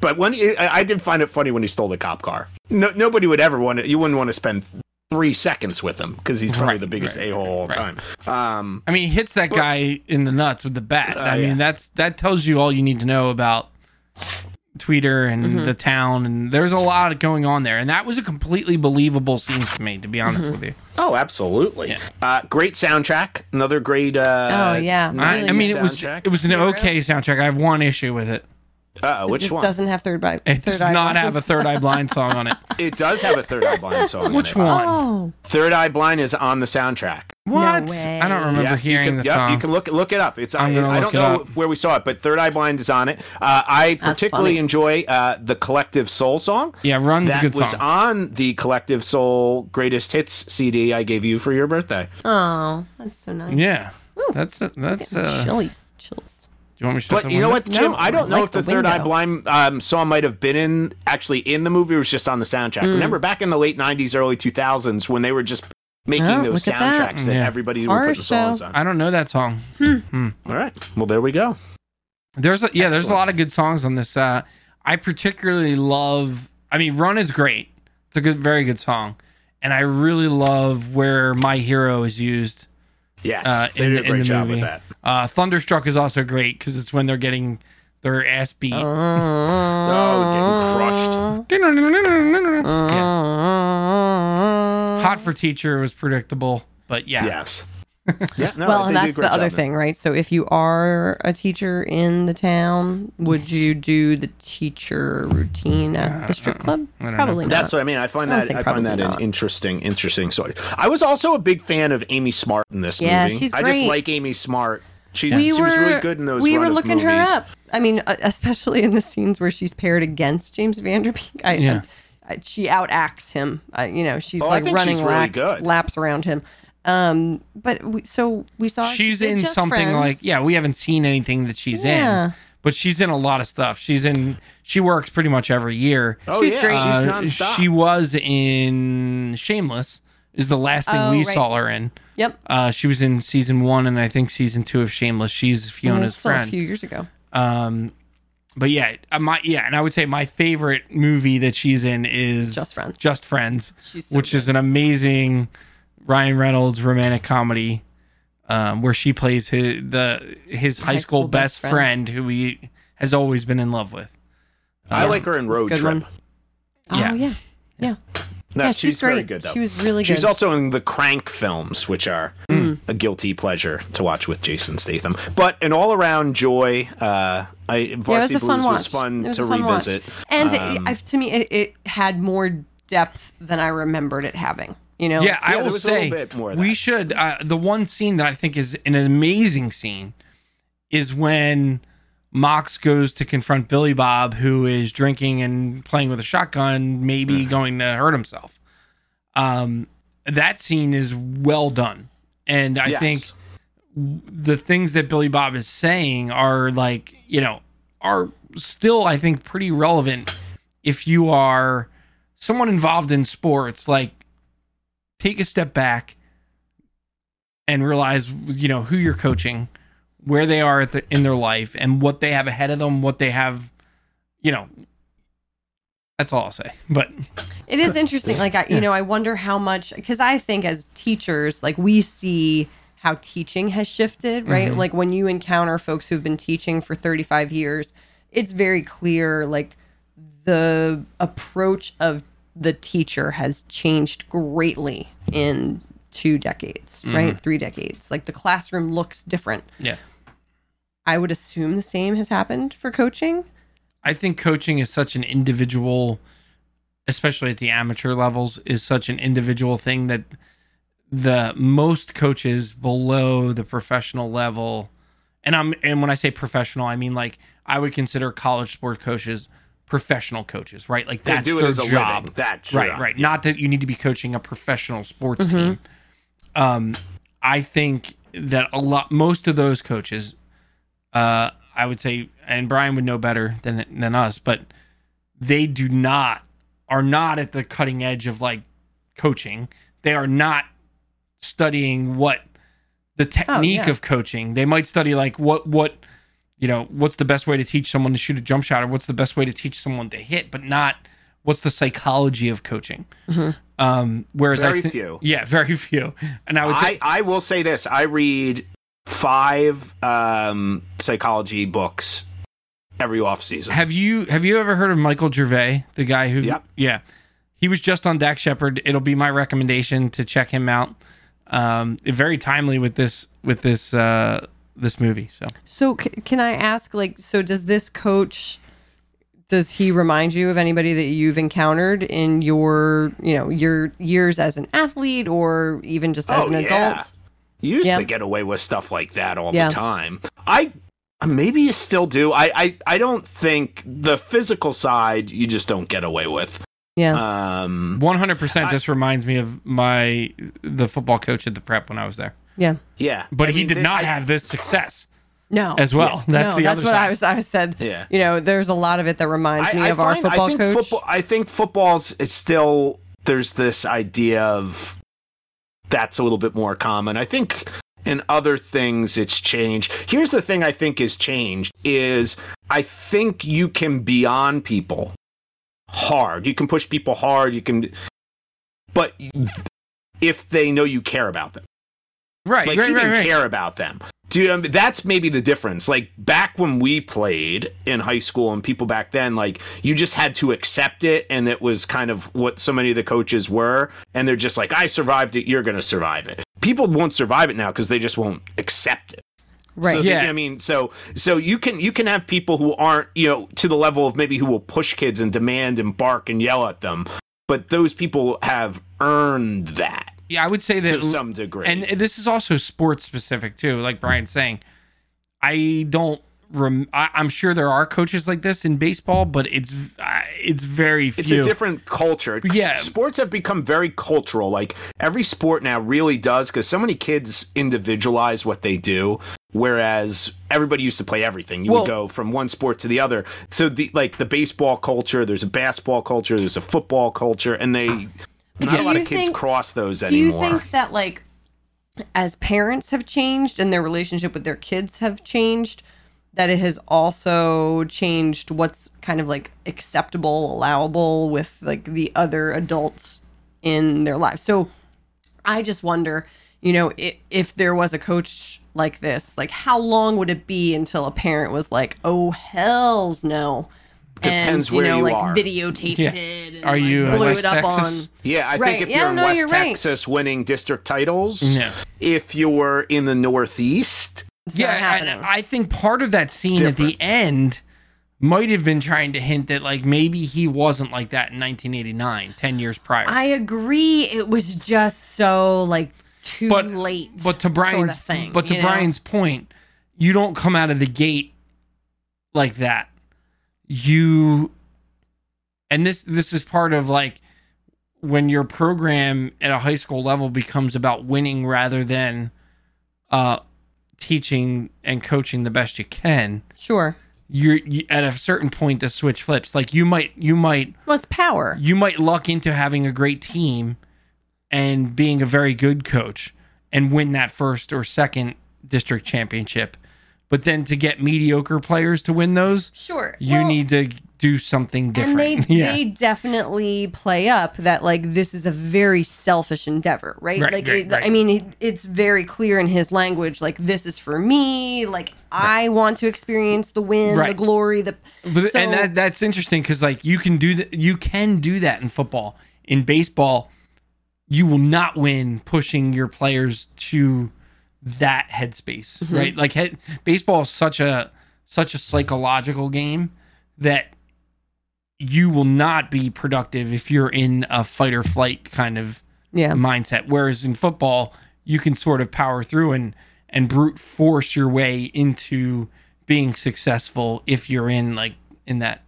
Speaker 1: But when he, I I did find it funny when he stole the cop car. No, nobody would ever want to. You wouldn't want to spend three seconds with him because he's probably
Speaker 2: Right,
Speaker 1: the biggest
Speaker 2: right,
Speaker 1: a hole all
Speaker 2: right.
Speaker 1: time. Um,
Speaker 2: I mean, he hits that guy in the nuts with the bat.
Speaker 1: Oh,
Speaker 2: I mean,
Speaker 1: yeah.
Speaker 2: that's that tells you all you need to know about Tweeter and
Speaker 1: Mm-hmm.
Speaker 2: the town. And there's a lot going on there. And that was a completely believable scene to me, to be honest with you.
Speaker 1: oh, absolutely. Uh, great soundtrack. Another great. Uh,
Speaker 3: Oh, yeah.
Speaker 2: I, I
Speaker 3: Really
Speaker 2: mean,
Speaker 3: good
Speaker 2: it was it was an okay soundtrack. I have one issue with it.
Speaker 1: Uh, which
Speaker 3: it
Speaker 1: one?
Speaker 3: doesn't have third by
Speaker 2: It
Speaker 3: third
Speaker 2: does
Speaker 3: eye
Speaker 2: not
Speaker 3: glasses.
Speaker 2: have a Third Eye Blind song on it.
Speaker 1: It does have a Third Eye Blind song. in
Speaker 2: Which
Speaker 1: it.
Speaker 2: one?
Speaker 3: Oh,
Speaker 1: Third Eye Blind is on the soundtrack.
Speaker 2: What?
Speaker 3: way.
Speaker 2: I don't remember hearing
Speaker 1: you can,
Speaker 2: the
Speaker 1: yep,
Speaker 2: song.
Speaker 1: You can look look it up. It's
Speaker 2: I'm
Speaker 1: on.
Speaker 2: gonna
Speaker 1: I
Speaker 2: look
Speaker 1: don't
Speaker 2: it
Speaker 1: know
Speaker 2: up.
Speaker 1: where we saw it, but Third Eye Blind is on it. Uh, I particularly
Speaker 3: funny.
Speaker 1: enjoy uh, the Collective Soul song.
Speaker 2: yeah, Run's a
Speaker 1: that
Speaker 2: good
Speaker 1: was
Speaker 2: song.
Speaker 1: on the Collective Soul Greatest Hits CD I gave you for your birthday.
Speaker 3: oh, that's so nice.
Speaker 2: yeah, that's a, that's. Uh, do
Speaker 3: chillies, chills.
Speaker 2: you want me to shut
Speaker 1: But
Speaker 2: the
Speaker 1: you know
Speaker 2: window?
Speaker 1: what, Jim?
Speaker 3: No,
Speaker 1: I don't know
Speaker 3: like
Speaker 1: if the,
Speaker 3: the
Speaker 1: Third Eye
Speaker 3: window.
Speaker 1: Blind um, song might have been in actually in the movie. It was just on the soundtrack.
Speaker 2: Hmm.
Speaker 1: Remember back in the late '90s, early 2000s when they were just making
Speaker 3: Oh,
Speaker 1: those
Speaker 3: look at that.
Speaker 1: soundtracks that,
Speaker 2: Yeah.
Speaker 1: everybody would
Speaker 3: Horror
Speaker 1: put the songs
Speaker 3: show.
Speaker 1: on.
Speaker 2: I don't know that song.
Speaker 1: All right. Well, there we go.
Speaker 2: There's a, yeah, there's a
Speaker 1: Excellent.
Speaker 2: lot of good songs on this. Uh, I particularly love. I mean, Run is great. It's a good, very good song, and I really love where My Hero is used
Speaker 1: Yes,
Speaker 2: uh,
Speaker 1: they
Speaker 2: in,
Speaker 1: did
Speaker 2: the,
Speaker 1: a
Speaker 2: in
Speaker 1: great
Speaker 2: the
Speaker 1: job
Speaker 2: movie.
Speaker 1: with that.
Speaker 2: Uh, Thunderstruck is also great because it's when they're getting their ass beat.
Speaker 1: Oh, getting crushed.
Speaker 3: Oh.
Speaker 2: Yeah. Hot for Teacher was predictable, but yeah,
Speaker 1: Yes. yeah. No,
Speaker 3: well, and
Speaker 1: they did a
Speaker 3: that's
Speaker 1: great
Speaker 3: the other
Speaker 1: job there.
Speaker 3: thing, right? So if you are a teacher in the town, would you do the teacher routine at the strip club?
Speaker 2: I don't know.
Speaker 3: Probably not.
Speaker 1: That's what uh-uh. I mean. I find
Speaker 3: I don't
Speaker 1: that
Speaker 3: think
Speaker 1: I find that
Speaker 3: probably
Speaker 1: an
Speaker 3: not.
Speaker 1: interesting, interesting story. I was also a big fan of Amy Smart in this
Speaker 3: Yeah,
Speaker 1: movie.
Speaker 3: she's
Speaker 1: I just
Speaker 3: great.
Speaker 1: like Amy Smart. She's, she was really good in those.
Speaker 3: We
Speaker 1: run
Speaker 3: were
Speaker 1: of
Speaker 3: looking her
Speaker 1: movies.
Speaker 3: up. I mean, uh, especially in the scenes where she's paired against James Vanderbeek. I,
Speaker 2: Yeah.
Speaker 3: I, I- she outacts him. I, you know, she's
Speaker 1: Oh, I
Speaker 3: like
Speaker 1: think
Speaker 3: running
Speaker 1: she's really
Speaker 3: laps,
Speaker 1: good.
Speaker 3: laps around him. Um, but we, so we saw she
Speaker 2: she's
Speaker 3: did
Speaker 2: in
Speaker 3: uh, Just
Speaker 2: something
Speaker 3: Friends.
Speaker 2: like yeah we haven't seen anything that she's
Speaker 3: Yeah.
Speaker 2: in but she's in a lot of stuff she's in she works pretty much every year
Speaker 1: Oh,
Speaker 3: She's
Speaker 1: yeah,
Speaker 3: great.
Speaker 1: She's
Speaker 2: Uh,
Speaker 1: nonstop.
Speaker 2: she was in shameless is the last thing
Speaker 3: Oh,
Speaker 2: we
Speaker 3: right.
Speaker 2: saw her in
Speaker 3: Yep.
Speaker 2: uh, she was in season one and i think season two of shameless she's fiona's
Speaker 3: Still a
Speaker 2: friend
Speaker 3: few years ago.
Speaker 2: um but yeah uh, my yeah and i would say my favorite movie that she's in is
Speaker 3: Just Friends.
Speaker 2: just friends
Speaker 3: She's so
Speaker 2: which is an amazing Ryan Reynolds romantic comedy um, where she plays his the his high, school, best, friend. who he has always been in love with.
Speaker 1: I like her in Road
Speaker 3: good
Speaker 1: Trip.
Speaker 3: one.
Speaker 2: Yeah.
Speaker 3: Oh yeah. Yeah.
Speaker 1: No,
Speaker 3: yeah,
Speaker 1: she's,
Speaker 3: she's, great.
Speaker 1: very good though.
Speaker 3: She was really good.
Speaker 1: She's also in the Crank films, which are a guilty pleasure to watch with Jason Statham. But an all-around joy. Uh, I Varsity
Speaker 3: yeah, it was a fun
Speaker 1: Blues
Speaker 3: watch.
Speaker 1: was fun
Speaker 3: It was
Speaker 1: to
Speaker 3: a fun watch.
Speaker 1: revisit. Um,
Speaker 3: And it, I, to me, it, it had more depth than I remembered it having. You know.
Speaker 2: Yeah, I
Speaker 1: there
Speaker 2: will
Speaker 1: was a little
Speaker 2: say
Speaker 1: bit more of
Speaker 2: we
Speaker 1: that.
Speaker 2: should. Uh, the one scene that I think is an amazing scene is when Mox goes to confront Billy Bob, who is drinking and playing with a shotgun, maybe
Speaker 1: Mm.
Speaker 2: going to hurt himself. Um, that scene is well done, and I
Speaker 1: Yes.
Speaker 2: think the things that Billy Bob is saying are like, you know, are still, I think, pretty relevant if you are someone involved in sports. Like, take a step back and realize, you know, who you're coaching, where they are at the, in their life, and what they have ahead of them, what they have, you know. That's all I'll say. But
Speaker 3: It is interesting. Like, I, you know, I wonder how much, because I think as teachers, like, we see how teaching has shifted, right? Like, when you encounter folks who've been teaching for 35 years, it's very clear, like, the approach of the teacher has changed greatly in two decades, right? Three decades. Like, the classroom looks different.
Speaker 2: yeah,
Speaker 3: I would assume the same has happened for coaching.
Speaker 2: I think coaching is such an individual, especially at the amateur levels, is such an individual thing that the most coaches below the professional level and I'm and when I say professional, I mean like I would consider college sport coaches professional coaches, right? Like
Speaker 1: They
Speaker 2: that's
Speaker 1: do it
Speaker 2: their
Speaker 1: as a
Speaker 2: job.
Speaker 1: living. That's
Speaker 2: right,
Speaker 1: job,
Speaker 2: right. Not that you need to be coaching a professional sports team. Um, I think that a lot, most of those coaches, uh, I would say, and Brian would know better than than us, but they do not are not at the cutting edge of like coaching. They are not studying what the technique
Speaker 3: yeah.
Speaker 2: of coaching. They might study like what what you know what's the best way to teach someone to shoot a jump shot or what's the best way to teach someone to hit, but not what's the psychology of coaching. Um, whereas I
Speaker 1: Very
Speaker 2: thi-
Speaker 1: few.
Speaker 2: yeah, very few. And I would say
Speaker 1: I, I will say this. I read five um, psychology books every offseason.
Speaker 2: Have you have you ever heard of Michael Gervais, the guy who?
Speaker 1: Yep.
Speaker 2: Yeah, he was just on Dak Shepard. It'll be my recommendation to check him out. Um, very timely with this with this uh, this movie. So
Speaker 3: So c- can I ask, like, so does this coach? Does he remind you of anybody that you've encountered in your, you know, your years as an athlete or even just as
Speaker 1: Oh,
Speaker 3: an adult?
Speaker 1: yeah. You used
Speaker 3: Yeah.
Speaker 1: to get away with stuff like that all
Speaker 3: Yeah.
Speaker 1: the time. I uh, maybe you still do. I, I I don't think the physical side you just don't get away with.
Speaker 3: Yeah.
Speaker 1: Um
Speaker 2: one hundred percent.
Speaker 1: I-
Speaker 2: This reminds me of my the football coach at the prep when I was there,
Speaker 3: yeah.
Speaker 1: yeah.
Speaker 2: but
Speaker 1: I
Speaker 2: he
Speaker 1: mean,
Speaker 2: did
Speaker 1: this-
Speaker 2: not
Speaker 1: I-
Speaker 2: have this success
Speaker 3: No.
Speaker 2: as well. That's
Speaker 3: no,
Speaker 2: the
Speaker 3: that's
Speaker 2: other
Speaker 3: what
Speaker 2: side.
Speaker 3: I was. I was said.
Speaker 1: Yeah.
Speaker 3: You know, there's a lot of it that reminds me of our
Speaker 1: find-
Speaker 3: football
Speaker 1: I think
Speaker 3: coach.
Speaker 1: Football, I think football's it's still there's this idea of that's a little bit more common. I think in other things it's changed. Here's the thing I think is changed is I think you can be on people hard. You can push people hard. You can, but if they know you care about them
Speaker 2: right,
Speaker 1: like
Speaker 2: right,
Speaker 1: he
Speaker 2: right,
Speaker 1: didn't
Speaker 2: right.
Speaker 1: care about them dude I mean, that's maybe the difference like back when we played in high school and people back then like you just had to accept it and it was kind of what so many of the coaches were and they're just like i survived it you're gonna survive it people won't survive it now because they just won't accept it
Speaker 3: right.
Speaker 1: so,
Speaker 2: Yeah.
Speaker 1: I mean, so so you can you can have people who aren't you know to the level of maybe who will push kids and demand and bark and yell at them, but those people have earned that
Speaker 2: Yeah, I would say that
Speaker 1: to some degree. Mm-hmm.
Speaker 2: And this is also sports specific too, like Brian's saying. I don't. Rem- I, I'm sure there are coaches like this in baseball, but it's v- I- it's very few.
Speaker 1: It's a different culture.
Speaker 2: Yeah.
Speaker 1: Sports have become very cultural. Like every sport now really does because so many kids individualize what they do. Whereas everybody used to play everything. You
Speaker 2: Well-
Speaker 1: would go from one sport to the other. So the like the baseball culture, there's a basketball culture, there's a football culture, and they not
Speaker 3: do
Speaker 1: a lot
Speaker 3: you
Speaker 1: of kids
Speaker 3: think-
Speaker 1: cross those
Speaker 3: Do you
Speaker 1: anymore.
Speaker 3: think that like as parents have changed and their relationship with their kids have changed, that it has also changed what's kind of like acceptable, allowable with like the other adults in their lives. So I just wonder, you know, if, if there was a coach like this, like how long would it be until a parent was like, "Oh hell's no."
Speaker 1: Depends
Speaker 3: and, you
Speaker 1: where
Speaker 3: know,
Speaker 1: you
Speaker 3: like
Speaker 1: are.
Speaker 3: videotaped
Speaker 2: Yeah.
Speaker 3: it and
Speaker 2: Are
Speaker 3: like,
Speaker 2: you in
Speaker 3: blew
Speaker 2: West
Speaker 3: it up
Speaker 2: Texas?
Speaker 3: on
Speaker 1: Yeah, I
Speaker 3: Right.
Speaker 1: think if
Speaker 3: Yeah,
Speaker 1: you're in
Speaker 3: no,
Speaker 1: West
Speaker 3: you're right.
Speaker 1: Texas winning district titles,
Speaker 2: Yeah.
Speaker 1: if you're in the Northeast,
Speaker 3: it's not
Speaker 2: yeah, and
Speaker 3: happening.
Speaker 2: I think part of that scene at the
Speaker 1: Different.
Speaker 2: end might have been trying to hint that like maybe he wasn't like that in 1989, 10 years prior.
Speaker 3: I agree. It was just so like too
Speaker 2: but
Speaker 3: late.
Speaker 2: But to Brian's
Speaker 3: sort of thing,
Speaker 2: but to
Speaker 3: you know?
Speaker 2: Brian's point, you don't come out of the gate like that. You and this this is part of like when your program at a high school level becomes about winning rather than uh teaching and coaching the best you can
Speaker 3: sure.
Speaker 2: you're you, at a certain point the switch flips like you might you might
Speaker 3: Well, it's power.
Speaker 2: you might luck into having a great team and being a very good coach and win that first or second district championship. But then to get mediocre players to win those,
Speaker 3: Sure.
Speaker 2: you
Speaker 3: Well,
Speaker 2: need to do something
Speaker 3: And
Speaker 2: different.
Speaker 3: they
Speaker 2: yeah.
Speaker 3: they definitely play up that like this is a very selfish endeavor, right?
Speaker 2: Right,
Speaker 3: like
Speaker 2: right,
Speaker 3: it,
Speaker 2: right.
Speaker 3: I mean, it, it's very clear in his language. Like this is for me. Like I want to experience the win, the
Speaker 2: Right.
Speaker 3: glory, the
Speaker 2: But,
Speaker 3: so-
Speaker 2: and that that's interesting because like you can do that you can do that in football. In baseball, you will not win pushing your players to that headspace, right? Like head, baseball is such a such a psychological game that you will not be productive if you're in a fight or flight kind of
Speaker 3: Yeah.
Speaker 2: mindset. Whereas in football, you can sort of power through and and brute force your way into being successful if you're in like in that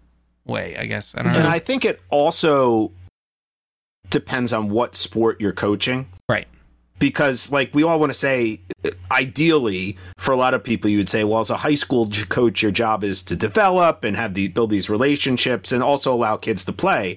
Speaker 2: way. I guess I don't
Speaker 1: And
Speaker 2: know.
Speaker 1: I think it also depends on what sport you're coaching.
Speaker 2: right?
Speaker 1: because like we all want to say uh, ideally for a lot of people you would say well as a high school j- coach your job is to develop and have the build these relationships and also allow kids to play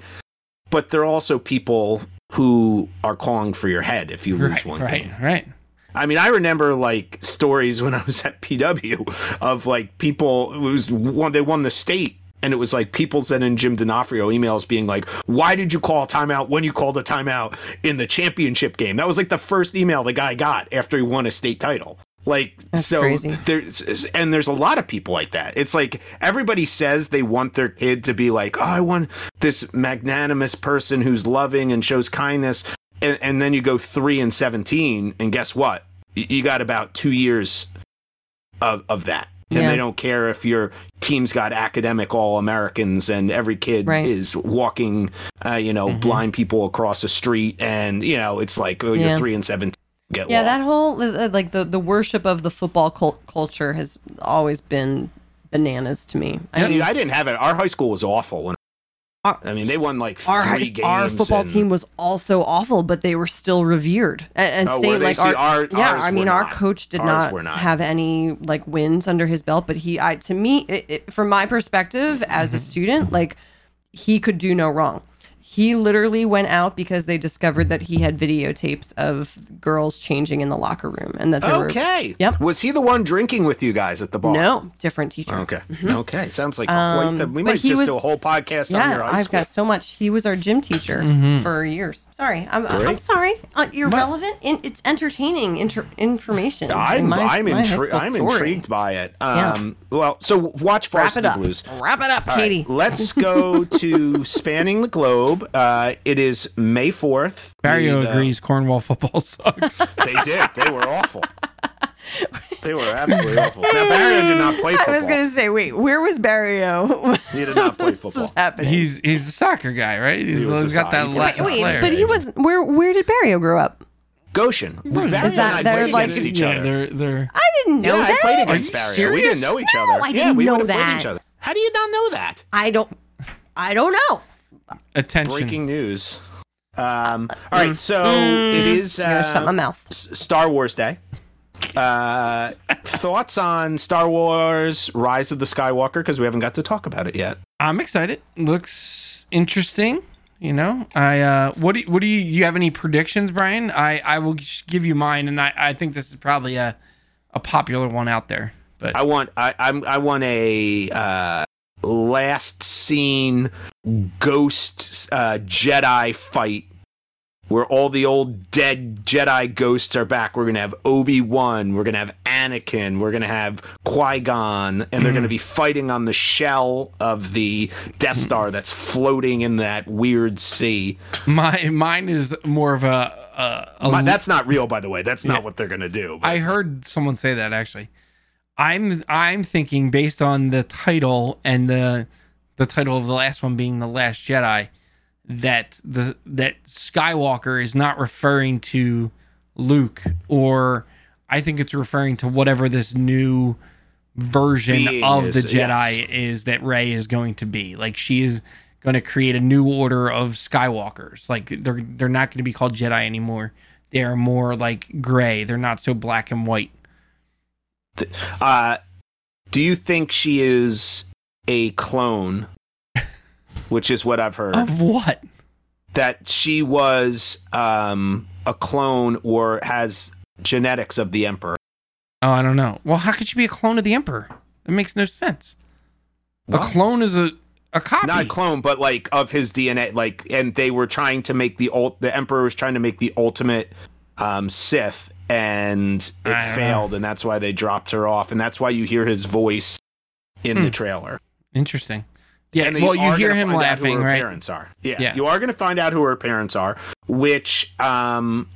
Speaker 1: but there are also people who are calling for your head if you lose
Speaker 2: Right.
Speaker 1: one
Speaker 2: Right.
Speaker 1: game
Speaker 2: Right.
Speaker 1: i mean i remember like stories when i was at pw of like people it was one they won the state and it was like people sending Jim D'Onofrio emails being like, "Why did you call a timeout when you called a timeout in the championship game?" That was like the first email the guy got after he won a state title. Like
Speaker 3: That's
Speaker 1: so,
Speaker 3: crazy.
Speaker 1: there's and there's a lot of people like that. It's like everybody says they want their kid to be like, "Oh, I want this magnanimous person who's loving and shows kindness," and, and then you go three and seventeen, and guess what? Y- You got about two years of, of that. And
Speaker 3: Yeah.
Speaker 1: they don't care if your team's got academic all Americans and every kid
Speaker 3: Right. Mm-hmm.
Speaker 1: is walking, uh, you know, blind people across the street. And, you know, it's like, oh,
Speaker 3: Yeah.
Speaker 1: you're three and 17. Get
Speaker 3: Yeah,
Speaker 1: lost.
Speaker 3: that whole uh, like the the worship of the football cult- culture has always been bananas to me. I
Speaker 1: See,
Speaker 3: mean,
Speaker 1: I didn't have it. Our high school was awful. When,
Speaker 3: Our-
Speaker 1: I mean, they won like three
Speaker 3: our high-
Speaker 1: games.
Speaker 3: our football
Speaker 1: and-
Speaker 3: team was also awful, but they were still revered. And, and
Speaker 1: Oh, were
Speaker 3: same
Speaker 1: they?
Speaker 3: like
Speaker 1: See,
Speaker 3: our,
Speaker 1: our-
Speaker 3: yeah,
Speaker 1: ours
Speaker 3: I mean
Speaker 1: were
Speaker 3: our
Speaker 1: not.
Speaker 3: coach did
Speaker 1: Ours
Speaker 3: not,
Speaker 1: were not.
Speaker 3: have any like wins under his belt, but he I to me it, it, from my perspective as
Speaker 1: Mm-hmm.
Speaker 3: a student like he could do no wrong. He literally went out because they discovered that he had videotapes of girls changing in the locker room and that there were
Speaker 1: Okay.
Speaker 3: Yep.
Speaker 1: Was he the one drinking with you guys at the bar?
Speaker 3: no different teacher.
Speaker 1: Oh, Okay. Okay. Sounds like quite the, we
Speaker 3: Mm-hmm. Um, but
Speaker 1: might
Speaker 3: he
Speaker 1: just do
Speaker 3: was-
Speaker 1: a whole podcast on
Speaker 3: Yeah,
Speaker 1: your high
Speaker 3: I've
Speaker 1: school.
Speaker 3: got so much. He was our gym teacher for years. Sorry, I'm, I'm
Speaker 1: Mm-hmm. Great.
Speaker 3: sorry. Uh, you're relevant. In, it's entertaining inter- information.
Speaker 1: I'm,
Speaker 3: in my-
Speaker 1: I'm,
Speaker 3: my high
Speaker 1: intri-
Speaker 3: school
Speaker 1: I'm
Speaker 3: story.
Speaker 1: intrigued by it.
Speaker 3: Yeah.
Speaker 1: Um, Well, so watch
Speaker 3: Wrap it
Speaker 1: Varsity
Speaker 3: up.
Speaker 1: Blues.
Speaker 3: Wrap it up,
Speaker 1: All right,
Speaker 3: Katie.
Speaker 1: let's go to spanning the globe. Uh, it is May fourth.
Speaker 2: Barrio agrees. Cornwall football sucks.
Speaker 1: They did. They were awful. They were absolutely awful. Now Barrio did not play football.
Speaker 3: I was gonna say, wait, where was Barrio?
Speaker 1: He did not play
Speaker 3: this
Speaker 1: football.
Speaker 3: was happening.
Speaker 2: he's he's the soccer guy, right? He's,
Speaker 1: He was
Speaker 2: he's
Speaker 1: a
Speaker 2: got that
Speaker 1: soccer-
Speaker 2: Latin
Speaker 1: Wait,
Speaker 2: flair.
Speaker 3: Wait, but he was where? Where did Barrio grow up?
Speaker 1: Goshen. We- Barrio
Speaker 3: Is that-
Speaker 1: and I
Speaker 3: they're
Speaker 1: played
Speaker 3: like-
Speaker 1: against each
Speaker 2: yeah,
Speaker 1: other.
Speaker 2: They're they're
Speaker 3: I didn't know
Speaker 1: yeah, I
Speaker 3: that.
Speaker 1: played
Speaker 2: you
Speaker 1: against Barrio. We
Speaker 2: serious?
Speaker 1: didn't know each other.
Speaker 3: I
Speaker 1: yeah,
Speaker 3: didn't
Speaker 1: we
Speaker 3: know
Speaker 1: would've played
Speaker 3: that.
Speaker 1: each other. How do you not know that?
Speaker 3: I don't. I don't know.
Speaker 2: attention.
Speaker 1: Breaking news. Um, all right, so it is.
Speaker 3: I'm gonna
Speaker 1: uh,
Speaker 3: shut my mouth.
Speaker 1: S- Star Wars Day. Uh, thoughts on Star Wars Rise of the Skywalker? Because we haven't got to talk about it yet.
Speaker 2: I'm excited. Looks interesting. You know, I uh, what do what do you you have any predictions, Brian? I I will give you mine, and I I think this is probably a a popular one out there. But
Speaker 1: I want I I'm, I want a uh, last scene ghost uh, Jedi fight where all the old dead Jedi ghosts are back. We're gonna have Obi Wan. We're gonna have Anakin. We're gonna have Qui Gon, and they're
Speaker 2: Mm-hmm.
Speaker 1: gonna be fighting on the shell of the Death
Speaker 2: Mm.
Speaker 1: Star that's floating in that weird sea.
Speaker 2: my mine is more of a, a, a
Speaker 1: My- that's not real, by the way. That's not what they're gonna do. but-
Speaker 2: I heard someone say that actually. I'm I'm thinking based on the title and the the title of the last one being the Last Jedi that the that Skywalker is not referring to Luke or I think it's referring to whatever this new version
Speaker 1: Being
Speaker 2: of
Speaker 1: is-
Speaker 2: the Jedi is that Rey is going to be. Like she is going to create a new order of Skywalkers. Like they're they're not going to be called Jedi anymore. They are more like gray. They're not so black and white.
Speaker 1: Uh, do you think she is a clone? Which is what I've heard.
Speaker 2: Of what?
Speaker 1: that she was um, a clone or has genetics of the Emperor.
Speaker 2: Oh, I don't know. Well, how could she be a clone of the Emperor? That makes no sense. A
Speaker 1: What?
Speaker 2: clone is a a copy.
Speaker 1: Not a clone, but like of his DNA. Like, and they were trying to make the ult. The Emperor was trying to make the ultimate um, Sith, and it
Speaker 2: I don't
Speaker 1: failed, and that's why they dropped her off, and that's why you hear his voice in
Speaker 2: Hmm.
Speaker 1: the trailer.
Speaker 2: Interesting. Yeah.
Speaker 1: And
Speaker 2: Well, you
Speaker 1: are
Speaker 2: hear
Speaker 1: gonna
Speaker 2: him
Speaker 1: find out
Speaker 2: laughing,
Speaker 1: who her
Speaker 2: right?
Speaker 1: Parents are. Yeah,
Speaker 2: Yeah.
Speaker 1: You are going to find out who her parents are, which, um,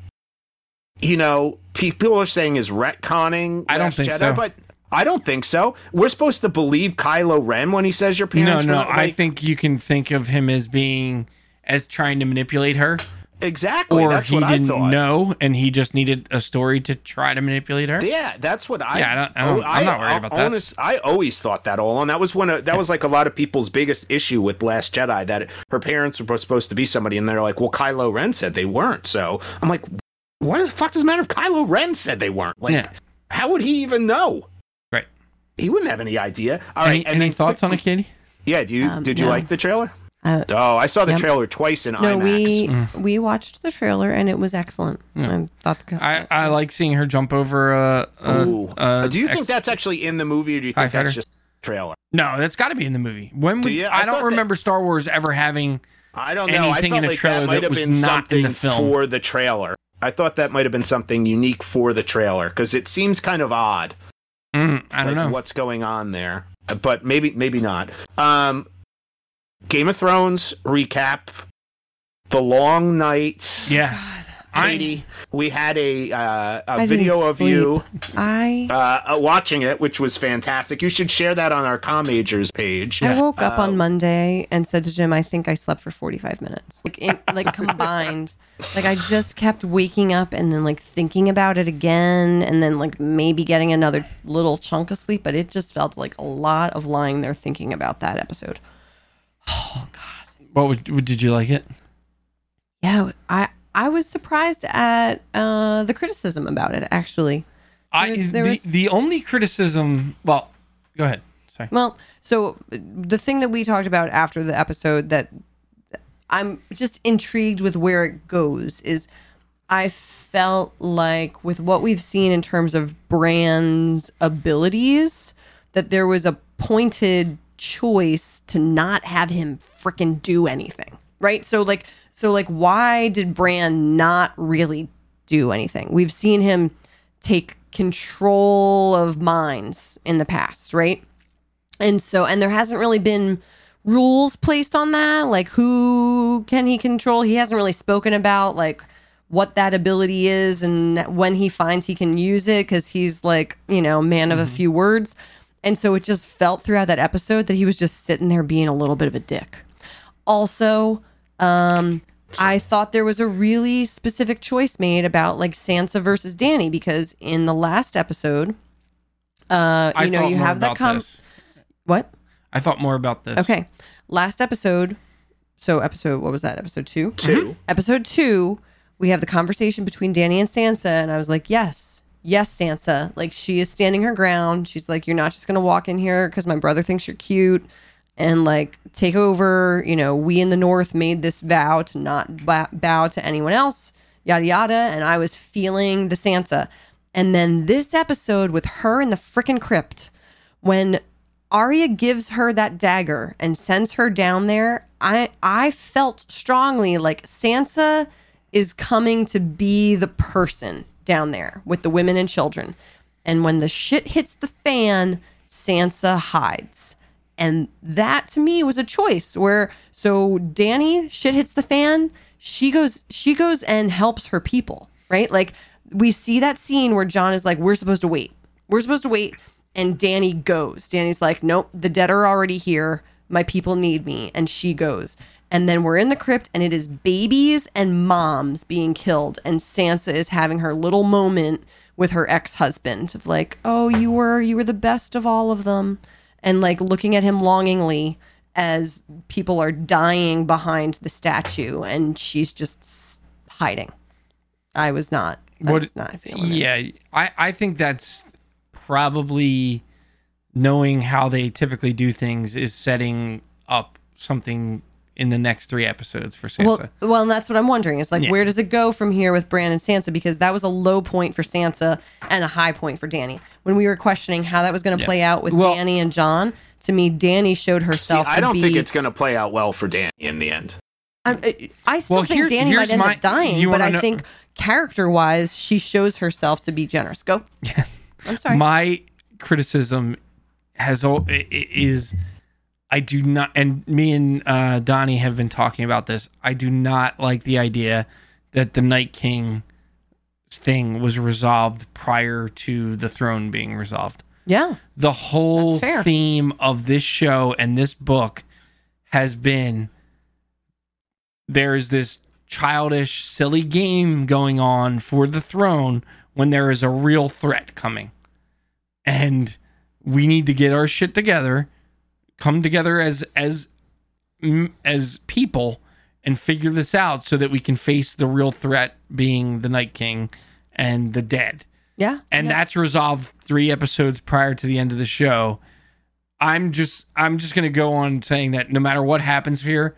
Speaker 1: you know, people are saying is retconning.
Speaker 2: I don't
Speaker 1: Last
Speaker 2: think
Speaker 1: Jedi,
Speaker 2: so.
Speaker 1: But I don't think so. We're supposed to believe Kylo Ren when he says your
Speaker 2: No,
Speaker 1: parents.
Speaker 2: no.
Speaker 1: were,
Speaker 2: I
Speaker 1: like-
Speaker 2: think you can think of him as being as trying to manipulate her,
Speaker 1: Exactly.
Speaker 2: or
Speaker 1: that's
Speaker 2: he
Speaker 1: what I
Speaker 2: didn't
Speaker 1: thought.
Speaker 2: know and he just needed a story to try to manipulate her.
Speaker 1: Yeah, that's what I.
Speaker 2: Yeah, I don't- I don't- I'm not worried about that.
Speaker 1: honest- I always thought that all along. That was one. Of, that was like a lot of people's biggest issue with Last Jedi that her parents were supposed to be somebody, and they're like, "Well, Kylo Ren said they weren't." So I'm like, "What the fuck does it matter if Kylo Ren said they weren't? Like,
Speaker 2: Yeah.
Speaker 1: how would he even know?
Speaker 2: Right.
Speaker 1: He wouldn't have any idea." All right.
Speaker 2: any
Speaker 1: and
Speaker 2: any
Speaker 1: then
Speaker 2: thoughts on it, Katie?
Speaker 1: Yeah. Do you
Speaker 3: Um,
Speaker 1: did you
Speaker 3: no.
Speaker 1: like the trailer?
Speaker 3: Uh,
Speaker 1: oh, I saw the
Speaker 3: no.
Speaker 1: trailer twice in
Speaker 3: No,
Speaker 1: IMAX.
Speaker 3: we
Speaker 1: Mm.
Speaker 3: we watched the trailer and it was excellent.
Speaker 2: Yeah.
Speaker 3: I thought the,
Speaker 2: I, I like seeing her jump over. Uh, uh,
Speaker 1: Ooh.
Speaker 2: uh,
Speaker 1: do you think
Speaker 2: ex-
Speaker 1: that's actually in the movie, or do you
Speaker 2: Tie
Speaker 1: think
Speaker 2: fighter?
Speaker 1: that's just trailer?
Speaker 2: No, that's got to be in the movie. When
Speaker 1: Do
Speaker 2: would,
Speaker 1: you? I
Speaker 2: I,
Speaker 1: thought
Speaker 2: don't
Speaker 1: that-
Speaker 2: remember Star Wars ever having.
Speaker 1: I don't know. I
Speaker 2: anything in
Speaker 1: felt
Speaker 2: a
Speaker 1: like
Speaker 2: trailer
Speaker 1: that might
Speaker 2: that
Speaker 1: have
Speaker 2: was
Speaker 1: been
Speaker 2: not
Speaker 1: something
Speaker 2: in the film.
Speaker 1: for the trailer. I thought that might have been something unique for the trailer because it seems kind of odd.
Speaker 2: Mm, I don't
Speaker 1: like,
Speaker 2: know.
Speaker 1: what's going on there, but maybe maybe not. Um, Game of Thrones recap: The Long Night.
Speaker 2: Yeah, I-
Speaker 1: Katie, we had a uh, a
Speaker 3: I didn't
Speaker 1: video of you
Speaker 3: I
Speaker 1: uh, uh, watching it, which was fantastic. You should share that on our commagers page.
Speaker 3: I woke up
Speaker 1: Uh,
Speaker 3: on Monday and said to Jim, "I think I slept for 45 minutes, like in, like combined. Like I just kept waking up and then like thinking about it again, and then like maybe getting another little chunk of sleep. But it just felt like a lot of lying there thinking about that episode.
Speaker 2: What would, would- did you like it?
Speaker 3: Yeah, I I was surprised at uh, the criticism about it actually.
Speaker 2: I
Speaker 3: was- there
Speaker 2: the,
Speaker 3: was-
Speaker 2: the only criticism. Well, go ahead. Sorry.
Speaker 3: Well, so uh, the thing that we talked about after the episode that I'm just intrigued with where it goes is I felt like with what we've seen in terms of brands' abilities that there was a pointed choice to not have him frickin' do anything, right? So like so like why did Brand not really do anything? We've seen him take control of minds in the past, right? And so, and there hasn't really been rules placed on that. Like, who can he control? He hasn't really spoken about like what that ability is and when he finds he can use it because he's like, you know, man
Speaker 2: Mm-hmm.
Speaker 3: of a few words. And so it just felt throughout that episode that he was just sitting there being a little bit of a dick. Also, um, I thought there was a really specific choice made about like Sansa versus Danny because in the last episode, uh, you
Speaker 2: I
Speaker 3: know,
Speaker 2: thought
Speaker 3: you
Speaker 2: more
Speaker 3: have that
Speaker 2: about
Speaker 3: com-
Speaker 2: this.
Speaker 3: what?
Speaker 2: I thought more about this.
Speaker 3: Okay. Last episode. So episode what was that? Episode two? Mm-hmm.
Speaker 1: Two.
Speaker 3: Episode two, we have the conversation between Danny and Sansa, and I was like, Yes, yes, Sansa. Like she is standing her ground. She's like, You're not just gonna walk in here because my brother thinks you're cute and like take over. You know, we in the north made this vow to not bow, bow to anyone else, yada yada. And I was feeling the Sansa. And then this episode with her in the frickin' crypt, when Arya gives her that dagger and sends her down there, I I felt strongly like Sansa is coming to be the person down there with the women and children. And when the shit hits the fan, Sansa hides. And that to me was a choice where so Danny shit hits the fan, she goes she goes and helps her people, right? Like we see that scene where John is like we're supposed to wait. We're supposed to wait and Danny goes. Danny's like, "Nope, the dead are already here. My people need me." And she goes. And then we're in the crypt and it is babies and moms being killed and Sansa is having her little moment with her ex-husband of like, "Oh, you were you were the best of all of them." and like looking at him longingly as people are dying behind the statue and she's just s- hiding. I was not. I
Speaker 2: What-
Speaker 3: was not feeling it.
Speaker 2: Yeah, I, I think that's probably knowing how they typically do things is setting up something in the next three episodes for Sansa.
Speaker 3: Well, well, and that's what I'm wondering. It's like, where does it go from here with Bran and Sansa? Because that was a low point for Sansa and a high point for Danny. When we were questioning how that was going to play out with
Speaker 2: Well-
Speaker 3: Danny and John, to me, Danny showed
Speaker 1: See,
Speaker 3: herself.
Speaker 1: I
Speaker 3: to
Speaker 1: don't
Speaker 3: be,
Speaker 1: think it's going to play out well for Danny in the end.
Speaker 3: I'm- I, I still
Speaker 2: Well,
Speaker 3: think
Speaker 2: here-
Speaker 3: Danny might
Speaker 2: here's
Speaker 3: end
Speaker 2: my-
Speaker 3: up dying,
Speaker 2: you
Speaker 3: but
Speaker 2: wanna
Speaker 3: I
Speaker 2: know-
Speaker 3: think character-wise, she shows herself to be generous. Go. I'm sorry.
Speaker 2: My criticism has all i- i- is I do not, and me and uh, Donnie have been talking about this. I do not like the idea that the Night King thing was resolved prior to the throne being resolved.
Speaker 3: yeah.
Speaker 2: the whole
Speaker 3: That's fair.
Speaker 2: theme of this show and this book has been there is this childish, silly game going on for the throne when there is a real threat coming. And we need to get our shit together, come together as as mm, as people and figure this out so that we can face the real threat being the Night King and the dead
Speaker 3: Yeah.
Speaker 2: and that's resolved three episodes prior to the end of the show. I'm just I'm just gonna go on saying that no matter what happens here,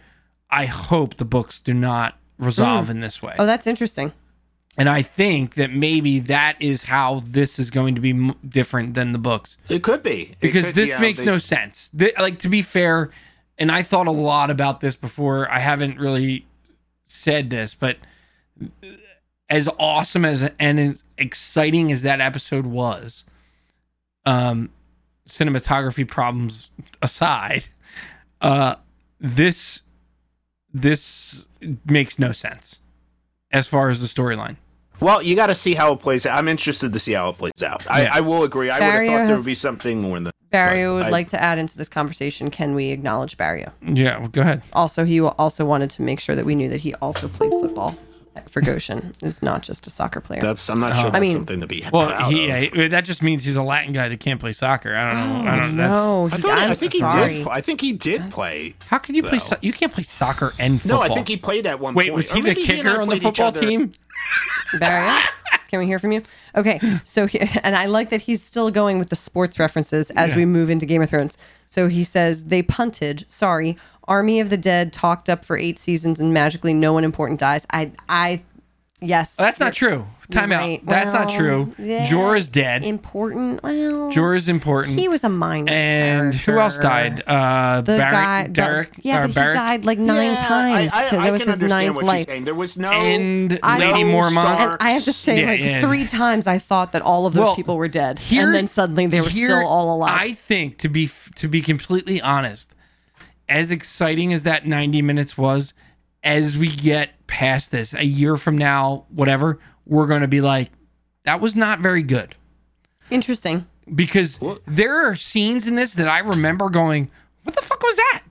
Speaker 2: I hope the books do not resolve in this way.
Speaker 3: Oh, that's interesting.
Speaker 2: And I think that maybe that is how this is going to be m- different than the books
Speaker 1: It could be It
Speaker 2: because
Speaker 1: could be
Speaker 2: this
Speaker 1: how
Speaker 2: makes
Speaker 1: they-
Speaker 2: no sense. Th- like to be fair, and I thought a lot about this before. I haven't really said this, but as awesome as and as exciting as that episode was, um, cinematography problems aside, uh, this this makes no sense as far as the storyline.
Speaker 1: Well, you got to see how it plays out. I'm interested to see how it plays out. I,
Speaker 2: Yeah.
Speaker 1: I will agree. I would have
Speaker 3: Barrier
Speaker 1: thought there
Speaker 3: has-
Speaker 1: would be something more than
Speaker 3: Barrio would
Speaker 1: I-
Speaker 3: like to add into this conversation. Can we acknowledge Barrio?
Speaker 2: Yeah, well, go ahead.
Speaker 3: Also, he also wanted to make sure that we knew that he also played football at- for Goshen. It was not just a soccer player.
Speaker 1: that's. I'm not sure. That's
Speaker 3: mean-
Speaker 1: something to be
Speaker 2: Uh-huh. Well,
Speaker 1: proud of.
Speaker 2: he, yeah, he- that just means he's a Latin guy that can't play soccer. I don't know. I don't know. That's,
Speaker 3: no,
Speaker 1: I,
Speaker 3: he,
Speaker 1: thought,
Speaker 3: I'm
Speaker 1: I think
Speaker 3: sorry.
Speaker 1: he did. I think he did play.
Speaker 2: How can you
Speaker 1: though.
Speaker 2: play? So- you can't play soccer and
Speaker 1: No,
Speaker 2: football.
Speaker 1: I think he played at one
Speaker 2: Wait,
Speaker 1: point.
Speaker 2: was
Speaker 1: Or
Speaker 2: he the
Speaker 1: maybe and I
Speaker 2: kicker on the
Speaker 1: played each
Speaker 2: football
Speaker 1: other.
Speaker 2: team?
Speaker 3: Barrio, can we hear from you? Okay, so he, and I like that he's still going with the sports references as we move into Game of Thrones. So he says they punted. Sorry, Army of the Dead talked up for eight seasons, and magically no one important dies. I, I, yes,
Speaker 2: Oh, that's not true. Timeout.
Speaker 3: right.
Speaker 2: That's not
Speaker 3: Well,
Speaker 2: true.
Speaker 3: yeah.
Speaker 2: Jorah's dead.
Speaker 3: important. Well,
Speaker 2: Jorah's important.
Speaker 3: he was a minor.
Speaker 2: and who else died? Uh,
Speaker 3: The
Speaker 2: Barrick,
Speaker 3: guy, the-
Speaker 2: Derek. uh,
Speaker 3: yeah,
Speaker 2: or
Speaker 3: but
Speaker 2: Barrick
Speaker 3: he died like nine
Speaker 1: Yeah,
Speaker 3: times.
Speaker 1: I, I,
Speaker 3: So that
Speaker 1: I
Speaker 3: was
Speaker 1: can
Speaker 3: his
Speaker 1: understand
Speaker 3: ninth
Speaker 1: what
Speaker 3: life.
Speaker 1: She's saying. There was no
Speaker 2: and
Speaker 3: I-
Speaker 2: Lady
Speaker 1: no
Speaker 2: Mormont.
Speaker 1: star.
Speaker 3: And I have to say,
Speaker 2: Yeah,
Speaker 3: like
Speaker 2: yeah.
Speaker 3: three times, I thought that all of those
Speaker 2: Well,
Speaker 3: people were dead,
Speaker 2: Here-
Speaker 3: and then suddenly they were
Speaker 2: here-
Speaker 3: still all alive.
Speaker 2: I think to be f- to be completely honest, as exciting as that 90 minutes was, as we get past this, a year from now, whatever, we're going to be like that was not very good
Speaker 3: Interesting.
Speaker 2: because there are scenes in this that I remember going, "What the fuck was that?"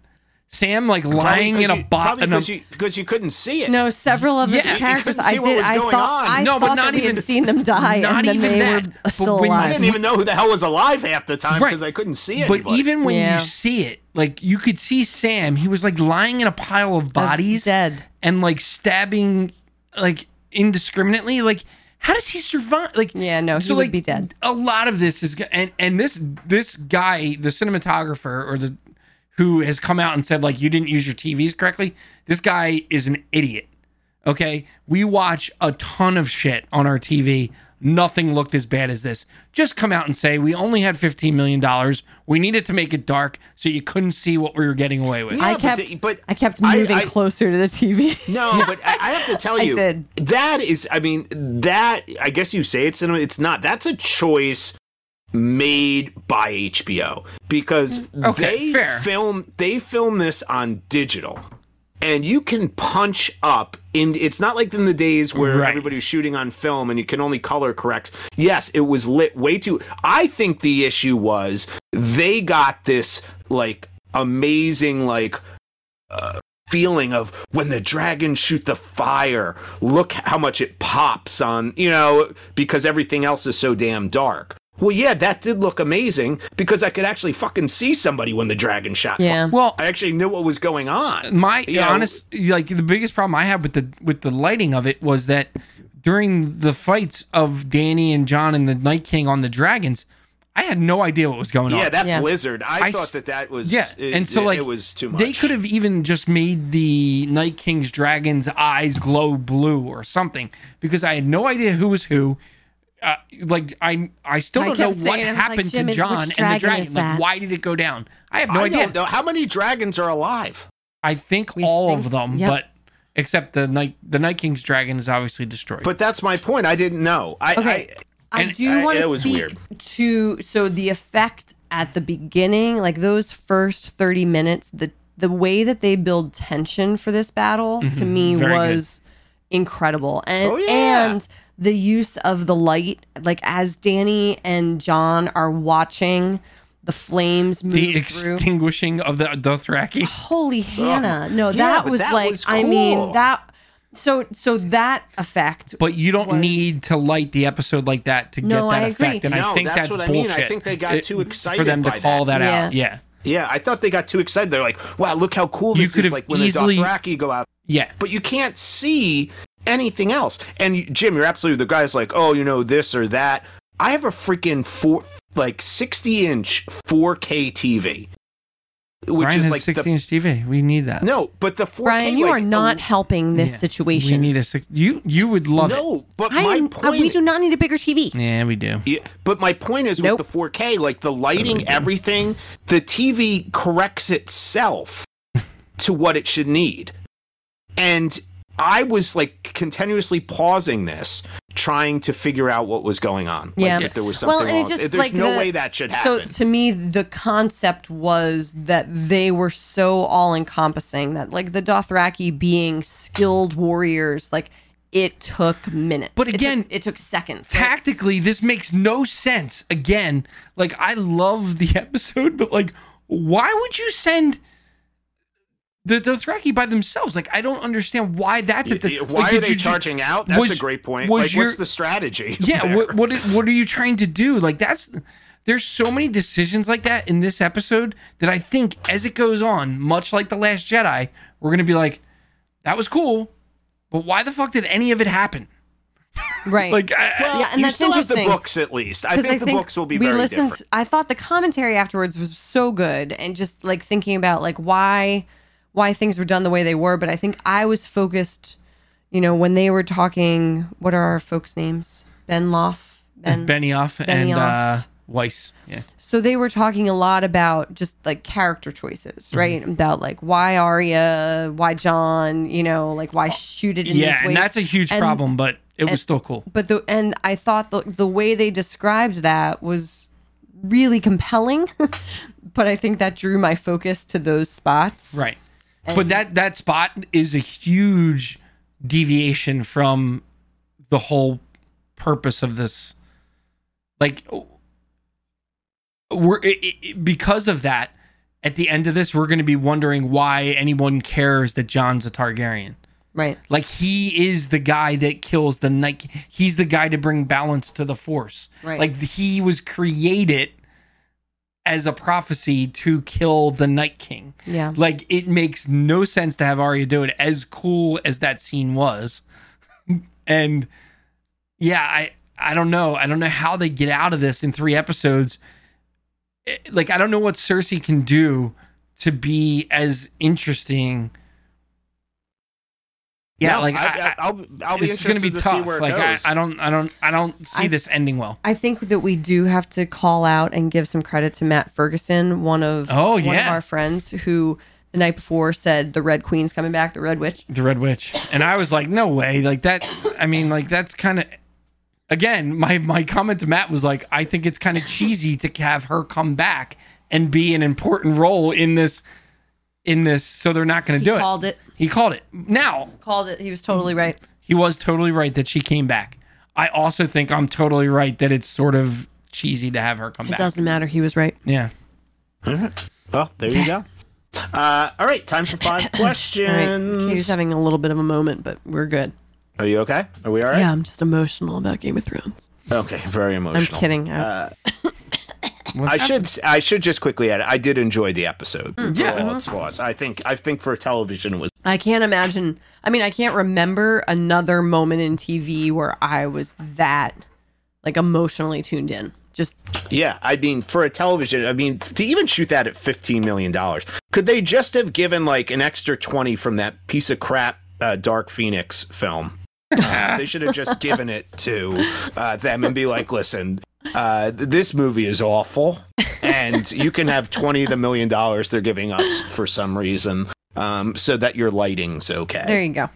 Speaker 2: Sam like
Speaker 1: Probably
Speaker 2: lying in
Speaker 1: 'cause
Speaker 2: a
Speaker 1: you-
Speaker 2: bot
Speaker 1: probably
Speaker 2: in a
Speaker 1: because you, because you couldn't see it.
Speaker 3: No, several of
Speaker 2: Yeah,
Speaker 3: the
Speaker 2: you
Speaker 3: characters
Speaker 1: couldn't
Speaker 3: I
Speaker 1: see what
Speaker 3: did,
Speaker 1: was
Speaker 3: I
Speaker 1: going
Speaker 3: thought
Speaker 1: on.
Speaker 3: I
Speaker 2: No, but
Speaker 3: thought
Speaker 2: not
Speaker 3: that we
Speaker 2: even-
Speaker 3: had seen them die,
Speaker 2: not
Speaker 3: and then
Speaker 2: even
Speaker 3: they
Speaker 2: that,
Speaker 3: were
Speaker 2: but
Speaker 3: still
Speaker 2: when you-
Speaker 1: I
Speaker 3: alive.
Speaker 1: didn't even know who the hell was alive half the time
Speaker 2: Right.
Speaker 1: because I couldn't see
Speaker 2: but
Speaker 1: anybody.
Speaker 2: even when
Speaker 3: Yeah.
Speaker 2: you see it, like you could see Sam, he was like lying in a pile of bodies
Speaker 3: dead.
Speaker 2: and like stabbing like indiscriminately. Like how does he survive? Like
Speaker 3: Yeah, no, he would be dead.
Speaker 2: A lot of this is and and this this guy, the cinematographer or the who has come out and said like you didn't use your TVs correctly. This guy is an idiot. Okay, we watch a ton of shit on our TV. Nothing looked as bad as this. Just come out and say we only had fifteen million dollars. We needed to make it dark so you couldn't see what we were getting away with.
Speaker 3: I
Speaker 1: Yeah, but
Speaker 3: kept,
Speaker 1: the- but
Speaker 3: I kept
Speaker 1: I-
Speaker 3: moving
Speaker 1: I-
Speaker 3: closer to the TV.
Speaker 1: No, but I, I have to tell
Speaker 3: I
Speaker 1: you,
Speaker 3: did.
Speaker 1: that is, I mean, that, I guess you say it's cinema, it's not. That's a choice made by HBO because
Speaker 2: Mm. Okay,
Speaker 1: they
Speaker 2: fair.
Speaker 1: film they film this on digital. And you can punch up in it's not like in the days where
Speaker 2: Right.
Speaker 1: everybody was shooting on film and you can only color correct. Yes, it was lit way too I think the issue was they got this like amazing like feeling of when the dragons shoot the fire look how much it pops on you know because everything else is so damn dark well yeah that did look amazing because i could actually fucking see somebody when the dragon shot
Speaker 3: Yeah.
Speaker 2: well,
Speaker 1: i actually knew what was going on
Speaker 2: my
Speaker 1: You know-
Speaker 2: honest like the biggest problem I had with the with the lighting of it was that during the fights of Danny and John and the Night King on the dragons, I had no idea what was going on.
Speaker 1: yeah that
Speaker 3: Yeah.
Speaker 1: blizzard i,
Speaker 2: I s-
Speaker 1: thought that that was
Speaker 2: Yeah,
Speaker 1: it,
Speaker 2: and so
Speaker 1: it-
Speaker 2: like
Speaker 1: it was too much
Speaker 2: They could have even just made the Night King's dragon's eyes glow blue or something because I had no idea who was who. Uh, like I, I still
Speaker 3: I
Speaker 2: don't know
Speaker 3: kept
Speaker 2: what
Speaker 3: saying, I was like,
Speaker 2: happened
Speaker 3: "Jim,
Speaker 2: to
Speaker 3: which
Speaker 2: John and the
Speaker 3: dragon
Speaker 2: dragon.
Speaker 3: is
Speaker 2: Like,
Speaker 3: that?"
Speaker 2: why did it go down? I have no
Speaker 1: I
Speaker 2: idea.
Speaker 1: don't know how many dragons are alive
Speaker 2: I think all
Speaker 3: think-
Speaker 2: of them,
Speaker 3: yep.
Speaker 2: but except the Night, the Night King's dragon is obviously destroyed.
Speaker 1: but that's my point i didn't know i,
Speaker 3: Okay.
Speaker 1: I
Speaker 3: I
Speaker 2: And
Speaker 1: I-
Speaker 3: do want
Speaker 1: it
Speaker 3: to
Speaker 1: was
Speaker 3: speak
Speaker 1: weird.
Speaker 3: to so the effect at the beginning, like those first thirty minutes, the the way that they build tension for this battle to me
Speaker 2: Very good.
Speaker 3: was incredible, and
Speaker 1: Mm-hmm. Oh, yeah.
Speaker 3: and the use of the light, like as Danny and John are watching the flames move
Speaker 2: the
Speaker 3: through.
Speaker 2: extinguishing of the Dothraki.
Speaker 3: Holy Hannah! No,
Speaker 1: Oh, Yeah,
Speaker 3: that
Speaker 1: but
Speaker 3: was
Speaker 1: that
Speaker 3: like
Speaker 1: was
Speaker 3: I
Speaker 1: cool.
Speaker 3: mean that So so that effect.
Speaker 2: But you don't
Speaker 3: was-
Speaker 2: need to light the episode like that to
Speaker 3: No,
Speaker 2: get that
Speaker 3: I agree.
Speaker 2: effect. And I
Speaker 1: No,
Speaker 2: think
Speaker 1: that's
Speaker 2: that's,
Speaker 1: what I mean. I
Speaker 2: bullshit.
Speaker 1: think they got too
Speaker 2: for
Speaker 1: excited
Speaker 2: them to
Speaker 1: by
Speaker 2: call that,
Speaker 1: that.
Speaker 2: out.
Speaker 3: Yeah.
Speaker 2: Yeah,
Speaker 1: Yeah, I thought they got too excited. They're like, "Wow, look how cool
Speaker 2: You
Speaker 1: this
Speaker 2: could
Speaker 1: is!"
Speaker 2: have
Speaker 1: Like when
Speaker 2: easily-
Speaker 1: the Dothraki go out,
Speaker 2: yeah.
Speaker 1: but you can't see anything else. And you- Jim, you're absolutely the guy's like, "Oh, you know this or that." I have a freaking four, like sixty inch four K TV, which
Speaker 2: Brian
Speaker 1: is
Speaker 2: has
Speaker 1: like the
Speaker 2: 16-inch TV. We need that.
Speaker 1: no, but the four.
Speaker 3: Brian, you are not helping this
Speaker 2: Yeah. We
Speaker 3: situation.
Speaker 2: need a six. You you would love it.
Speaker 1: No, but
Speaker 3: I
Speaker 1: my
Speaker 3: am- uh,
Speaker 1: point.
Speaker 3: we do not need a bigger TV.
Speaker 2: Yeah, we do.
Speaker 1: Yeah, but my point is
Speaker 3: Nope.
Speaker 1: with the 4K, like the lighting, everything, the TV corrects itself to what it should need. And I was like continuously pausing this, trying to figure out what was going on. Like,
Speaker 3: Yeah.
Speaker 1: if there was something
Speaker 3: Well, and it
Speaker 1: wrong.
Speaker 3: just,
Speaker 1: There's
Speaker 3: like,
Speaker 1: no
Speaker 3: the-
Speaker 1: way that should
Speaker 3: So
Speaker 1: happen.
Speaker 3: to me, the concept was that they were so all encompassing that like the Dothraki being skilled warriors, like it took minutes.
Speaker 2: But
Speaker 3: It took-
Speaker 2: again,
Speaker 3: it took, seconds. right?
Speaker 2: Tactically, this makes no sense. Again, like I love the episode, but like, why would you send the Dothraki by themselves? Like, I don't understand why that's at the.
Speaker 1: Why
Speaker 2: like,
Speaker 1: are
Speaker 2: did
Speaker 1: they
Speaker 2: you ju-
Speaker 1: charging out? That's
Speaker 2: was-
Speaker 1: a great point.
Speaker 2: was
Speaker 1: Like,
Speaker 2: your-
Speaker 1: what's the strategy?
Speaker 2: Yeah,
Speaker 1: there?
Speaker 2: what what i- what are you trying to do? Like that's there's so many decisions like that in this episode that I think as it goes on, much like the last Jedi, we're going to be like that was cool, but why the fuck did any of it happen?
Speaker 3: right?
Speaker 2: Like I, I-
Speaker 3: yeah, and
Speaker 1: you
Speaker 3: that's
Speaker 1: still
Speaker 3: interesting.
Speaker 1: have the books at least. I
Speaker 3: 'Cause
Speaker 1: think the books will be
Speaker 3: we
Speaker 1: very
Speaker 3: listened.
Speaker 1: different.
Speaker 3: I thought the commentary afterwards was so good, and just like thinking about like why why things were done the way they were. But I think I was focused, you know, when they were talking. What are our folks' names? Ben Loff, Ben
Speaker 2: Benioff, and
Speaker 3: Benioff.
Speaker 2: uh, Weiss. Yeah.
Speaker 3: so they were talking a lot about just like character choices,
Speaker 1: Mm-hmm.
Speaker 3: right? About like why Arya, why John, you know, like why shoot it in these
Speaker 2: Yeah, and
Speaker 3: ways.
Speaker 2: that's a huge
Speaker 3: And-
Speaker 2: problem, but it was still cool.
Speaker 3: But the and I thought the the way they described that was really compelling, but I think that drew my focus to those spots.
Speaker 2: Right. but that that spot is a huge deviation from the whole purpose of this. Like we're it, it- it- because of that at the end of this we're going to be wondering why anyone cares that John's a Targaryen.
Speaker 3: Right.
Speaker 2: Like he is the guy that kills the night. He's the guy to bring balance to the force.
Speaker 3: Right.
Speaker 2: Like he was created as a prophecy to kill the Night King.
Speaker 3: Yeah.
Speaker 2: Like it makes no sense to have Arya do it. As cool as that scene was, and yeah, I I don't know. I don't know how they get out of this in three episodes. Eh, Like I don't know what Cersei can do to be as interesting. Yeah,
Speaker 1: No,
Speaker 2: like I, I,
Speaker 1: I, I, will I'll be
Speaker 2: it's
Speaker 1: interested
Speaker 2: going to be
Speaker 1: to see
Speaker 2: tough.
Speaker 1: where it
Speaker 2: Like I,
Speaker 1: goes.
Speaker 2: I don't, I don't, I don't see
Speaker 3: I-
Speaker 2: this ending well.
Speaker 3: I think that we do have to call out and give some credit to Matt Ferguson, one of
Speaker 2: Oh,
Speaker 3: one of
Speaker 2: yeah.
Speaker 3: our friends who the night before said the Red Queen's coming back, the Red Witch.
Speaker 2: The Red Witch, and I was like, no way, like that. I mean, like that's kind of. Again, my my comment to Matt was like, I think it's kind of cheesy to have her come back and be an important role in this, in this. So they're not going to
Speaker 3: He
Speaker 2: do it.
Speaker 3: called it.
Speaker 2: He called it. Now
Speaker 3: Called it. He was totally right.
Speaker 2: he was totally right that she came back. I also think I'm totally right that it's sort of cheesy to have her come
Speaker 3: It
Speaker 2: back.
Speaker 3: doesn't matter. He was right.
Speaker 2: Yeah.
Speaker 1: All right. Well, there you go. Uh, all right, time for five
Speaker 3: All right.
Speaker 1: questions.
Speaker 3: Katie's having a little bit of a moment, but we're good.
Speaker 1: Are you okay? Are we all right?
Speaker 3: Yeah, I'm just emotional about Game of Thrones.
Speaker 1: Okay, very
Speaker 3: I'm
Speaker 1: emotional.
Speaker 3: kidding.
Speaker 2: Uh,
Speaker 3: I-
Speaker 1: I should s- I should just quickly add I did enjoy the episode for
Speaker 2: Yeah.
Speaker 1: all its flaws. I think I think for television it was
Speaker 3: I can't imagine. I mean, I can't remember another moment in TV where I was that like emotionally tuned in. Just
Speaker 1: yeah, I mean for a television, I mean to even shoot that at 15 million dollars. Could they just have given like an extra 20 from that piece of crap uh, Dark Phoenix film Uh, they should have just given it to uh, them and be like, listen, uh, th- this movie is awful, and you can have 20 of the million dollars they're giving us for some reason um, so that your lighting's okay.
Speaker 3: there you go.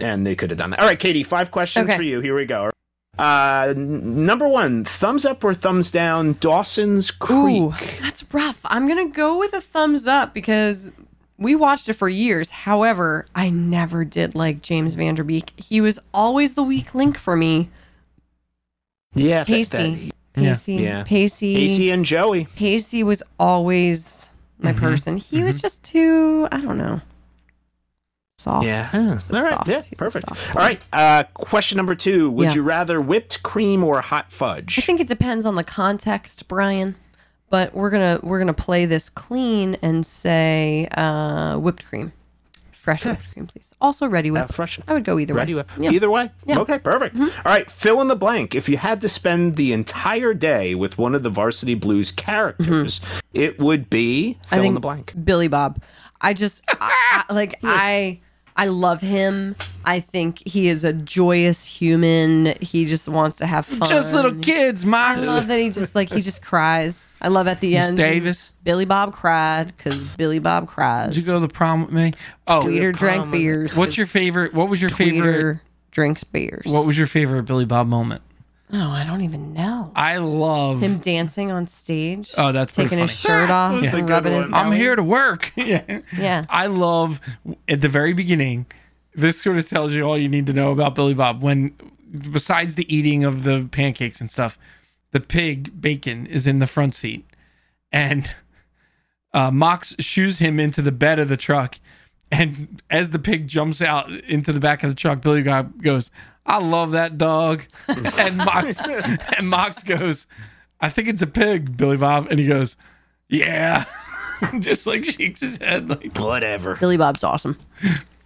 Speaker 1: and they could have done that. All right, Katie, five questions
Speaker 3: Okay.
Speaker 1: for you. Here we go. Uh, n- number one, thumbs up or thumbs down, Dawson's Creek.
Speaker 3: Ooh, that's rough. I'm gonna go with a thumbs up because we watched it for years. However, I never did like James Vanderbeek. He was always the weak link for me.
Speaker 1: Yeah, that-
Speaker 3: Pacey,
Speaker 2: Yeah.
Speaker 3: Pacey,
Speaker 1: Yeah.
Speaker 3: Pacey,
Speaker 1: that- Pacey and Joey.
Speaker 3: Pacey was always my person. He was just too, I don't know, Soft.
Speaker 1: Yeah.
Speaker 3: He's a
Speaker 1: All right.
Speaker 3: soft-
Speaker 1: Yeah,
Speaker 3: he's a
Speaker 1: perfect.
Speaker 3: soft
Speaker 1: All right. Uh, question number two Would
Speaker 3: Yeah.
Speaker 1: you rather whipped cream or hot fudge?
Speaker 3: I think it depends on the context, Brian. But we're gonna we're gonna play this clean and say uh, whipped cream, fresh whipped cream, please. Also ready
Speaker 1: uh,
Speaker 3: whip.
Speaker 1: fresh.
Speaker 3: I would go either
Speaker 1: Ready?
Speaker 3: way.
Speaker 1: whip.
Speaker 3: Yeah.
Speaker 1: Either way?
Speaker 3: Yeah. Mm-hmm.
Speaker 1: Okay, perfect. All right, fill in the blank. If you had to spend the entire day with one of the Varsity Blues characters, it would be
Speaker 3: Mm-hmm. I
Speaker 1: fill
Speaker 3: think
Speaker 1: in the blank.
Speaker 3: Billy Bob. I just I, I- like I I love him. I think he is a joyous human. He just wants to have fun.
Speaker 2: Just little
Speaker 3: He-
Speaker 2: kids,
Speaker 3: I
Speaker 2: Max.
Speaker 3: love that he just like he just cries. I love at the
Speaker 2: Miss
Speaker 3: end.
Speaker 2: Davis?
Speaker 3: Billy Bob cried because Billy Bob cries.
Speaker 2: Did you go to the prom with me? Oh,
Speaker 3: Tweeter drank beers.
Speaker 2: what's
Speaker 3: 'cause
Speaker 2: your favorite? What was your favorite?
Speaker 3: Tweeter drinks beers.
Speaker 2: What was your favorite Billy Bob moment?
Speaker 3: oh, I don't even know.
Speaker 2: I love.
Speaker 3: Him dancing on stage.
Speaker 2: Oh, that's pretty
Speaker 3: taking his
Speaker 2: funny.
Speaker 3: shirt off
Speaker 4: That's a
Speaker 3: and
Speaker 4: good
Speaker 3: rubbing his.
Speaker 4: one.
Speaker 2: I'm
Speaker 3: belly.
Speaker 2: here to work. yeah.
Speaker 3: Yeah.
Speaker 2: I love at the very beginning. This sort of tells you all you need to know about Billy Bob. When, besides the eating of the pancakes and stuff, the pig bacon is in the front seat, and uh, Mox shoos him into the bed of the truck. And as the pig jumps out into the back of the truck, Billy Bob goes, "I love that dog," and Mox and Mox goes, "I think it's a pig, Billy Bob," and he goes, "Yeah." Just like shakes his head, like
Speaker 1: Whatever.
Speaker 3: Billy Bob's awesome.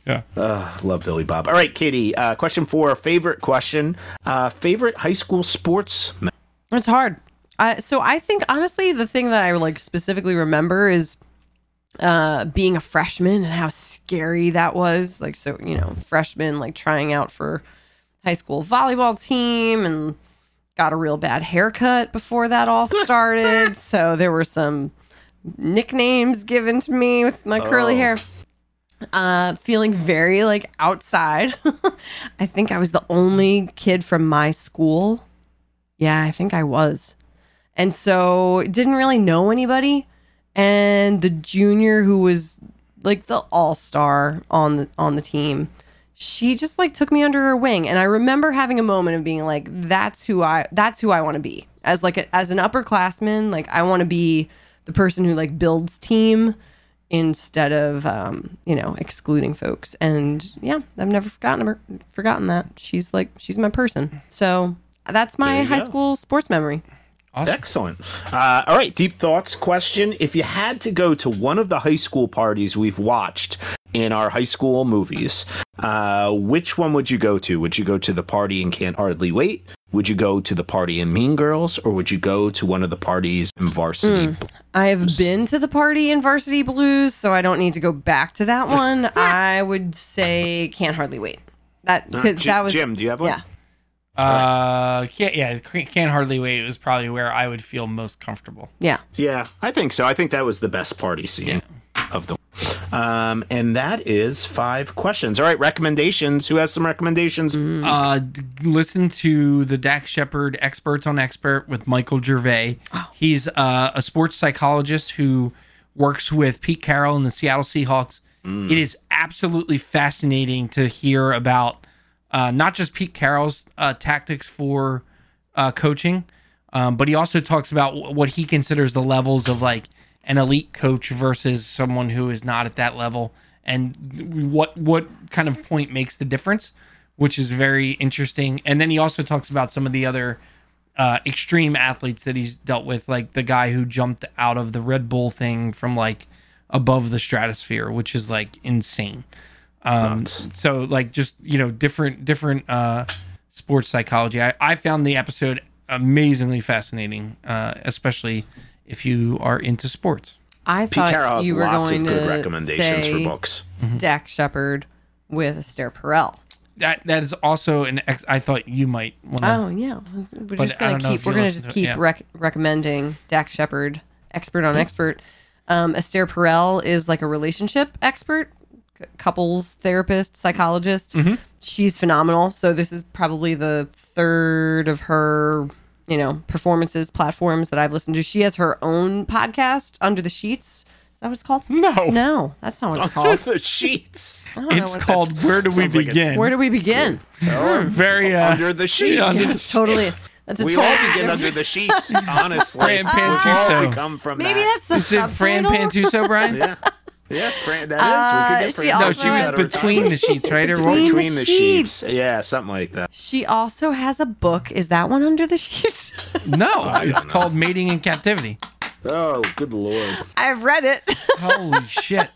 Speaker 2: yeah.
Speaker 1: Ugh, love Billy Bob. All right, Katie, uh, question four, favorite question. Uh, favorite high school sports? me-
Speaker 3: It's hard. Uh, so I think honestly, the thing that I like specifically remember is uh, being a freshman and how scary that was. Like so, you know, freshman like trying out for high school volleyball team and got a real bad haircut before that all started. so there were some nicknames given to me with my curly hair. Uh, feeling very like outside. I think I was the only kid from my school yeah, I think I was. And so didn't really know anybody. And the junior who was like the all-star on the on the team, she just like took me under her wing. And I remember having a moment of being like, that's who I that's who I want to be. As like a, as an upperclassman, like I want to be the person who like builds team instead of um, you know, excluding folks. And yeah, I've never forgotten her forgotten that. She's like she's my person. So that's my
Speaker 1: There you
Speaker 3: high
Speaker 1: go.
Speaker 3: school sports memory.
Speaker 1: Excellent. Uh, all right, deep thoughts question. If you had to go to one of the high school parties we've watched in our high school movies, uh, which one would you go to? Would you go to the party in Can't Hardly Wait? Would you go to the party in Mean Girls? Or would you go to one of the parties in
Speaker 3: Hmm,
Speaker 1: Varsity?
Speaker 3: I have been to the party in Varsity Blues, so I don't need to go back to that one. I would say can't hardly wait. That
Speaker 1: All
Speaker 3: 'cause
Speaker 1: right, Jim-
Speaker 3: that was
Speaker 1: Jim, do you have one?
Speaker 3: Yeah.
Speaker 2: Uh, can't, yeah, can't can't hardly wait. It was probably where I would feel most comfortable.
Speaker 3: Yeah.
Speaker 1: Yeah, I think so. I think that was the best party scene of the. Um, and that is five questions. All right, recommendations. Who has some recommendations?
Speaker 2: Uh, d- listen to the Dak Shepard Experts on Expert with Michael Gervais. He's uh, a sports psychologist who works with Pete Carroll and the Seattle Seahawks. It is absolutely fascinating to hear about uh, not just Pete Carroll's uh, tactics for uh, coaching, um, but he also talks about wh- what he considers the levels of like an elite coach versus someone who is not at that level, and what what kind of point makes the difference, which is very interesting. And then he also talks about some of the other uh, extreme athletes that he's dealt with, like the guy who jumped out of the Red Bull thing from like above the stratosphere, which is like insane
Speaker 1: Nuts.
Speaker 2: so like just you know different different uh sports psychology i, I found the episode amazingly fascinating uh especially if you are into sports
Speaker 3: I
Speaker 1: Pete
Speaker 3: thought
Speaker 1: Carroll has
Speaker 3: Uh, you were
Speaker 1: lots
Speaker 3: going
Speaker 1: of good
Speaker 3: to
Speaker 1: recommendations
Speaker 3: say
Speaker 1: for books.
Speaker 3: Dak Shepard with Esther Perel.
Speaker 2: that that is also an ex i thought you might want to
Speaker 3: Oh yeah, we're just
Speaker 2: I
Speaker 3: gonna
Speaker 2: don't know
Speaker 3: keep.
Speaker 2: if
Speaker 3: We're
Speaker 2: you
Speaker 3: gonna
Speaker 2: listen
Speaker 3: just
Speaker 2: to it,
Speaker 3: keep
Speaker 2: yeah. Mm-hmm.
Speaker 3: rec- recommending Dak Shepard, expert on expert. Um, Esther Perel is like a relationship expert, c- couples therapist, psychologist.
Speaker 2: Mm-hmm.
Speaker 3: She's phenomenal. So this is probably the third of her, you know, performances platforms that I've listened to. She has her own podcast, Under the Sheets. Is that what it's called?
Speaker 2: No.
Speaker 3: no, that's not what it's called.
Speaker 1: the sheets.
Speaker 3: Oh, I don't know
Speaker 2: it's
Speaker 3: what
Speaker 2: called where do we
Speaker 1: sounds like a-
Speaker 2: begin
Speaker 3: Where do we begin?
Speaker 2: very uh,
Speaker 1: Under the sheets.
Speaker 2: under the-
Speaker 3: totally, that's a
Speaker 1: We
Speaker 3: total.
Speaker 1: all begin under the sheets, honestly.
Speaker 2: Fran
Speaker 1: We've all
Speaker 2: Pantuso.
Speaker 1: come from
Speaker 3: Maybe
Speaker 1: that.
Speaker 3: that's the
Speaker 2: is it
Speaker 3: subtitle.
Speaker 2: fran pantuso brian
Speaker 1: Yeah. Yes, Fran, that
Speaker 3: Uh,
Speaker 1: is.
Speaker 3: she
Speaker 1: We could get Fran-
Speaker 2: No,
Speaker 3: Also
Speaker 2: she was
Speaker 3: has-
Speaker 2: between the sheets, right? Or
Speaker 3: Between
Speaker 2: what?
Speaker 1: between
Speaker 3: the
Speaker 1: the sheets.
Speaker 3: sheets.
Speaker 1: Yeah, something like that.
Speaker 3: She also has a book. Is that one under the sheets?
Speaker 2: No, it's called Mating in Captivity.
Speaker 1: Oh, good lord.
Speaker 3: I've read it.
Speaker 2: Holy shit.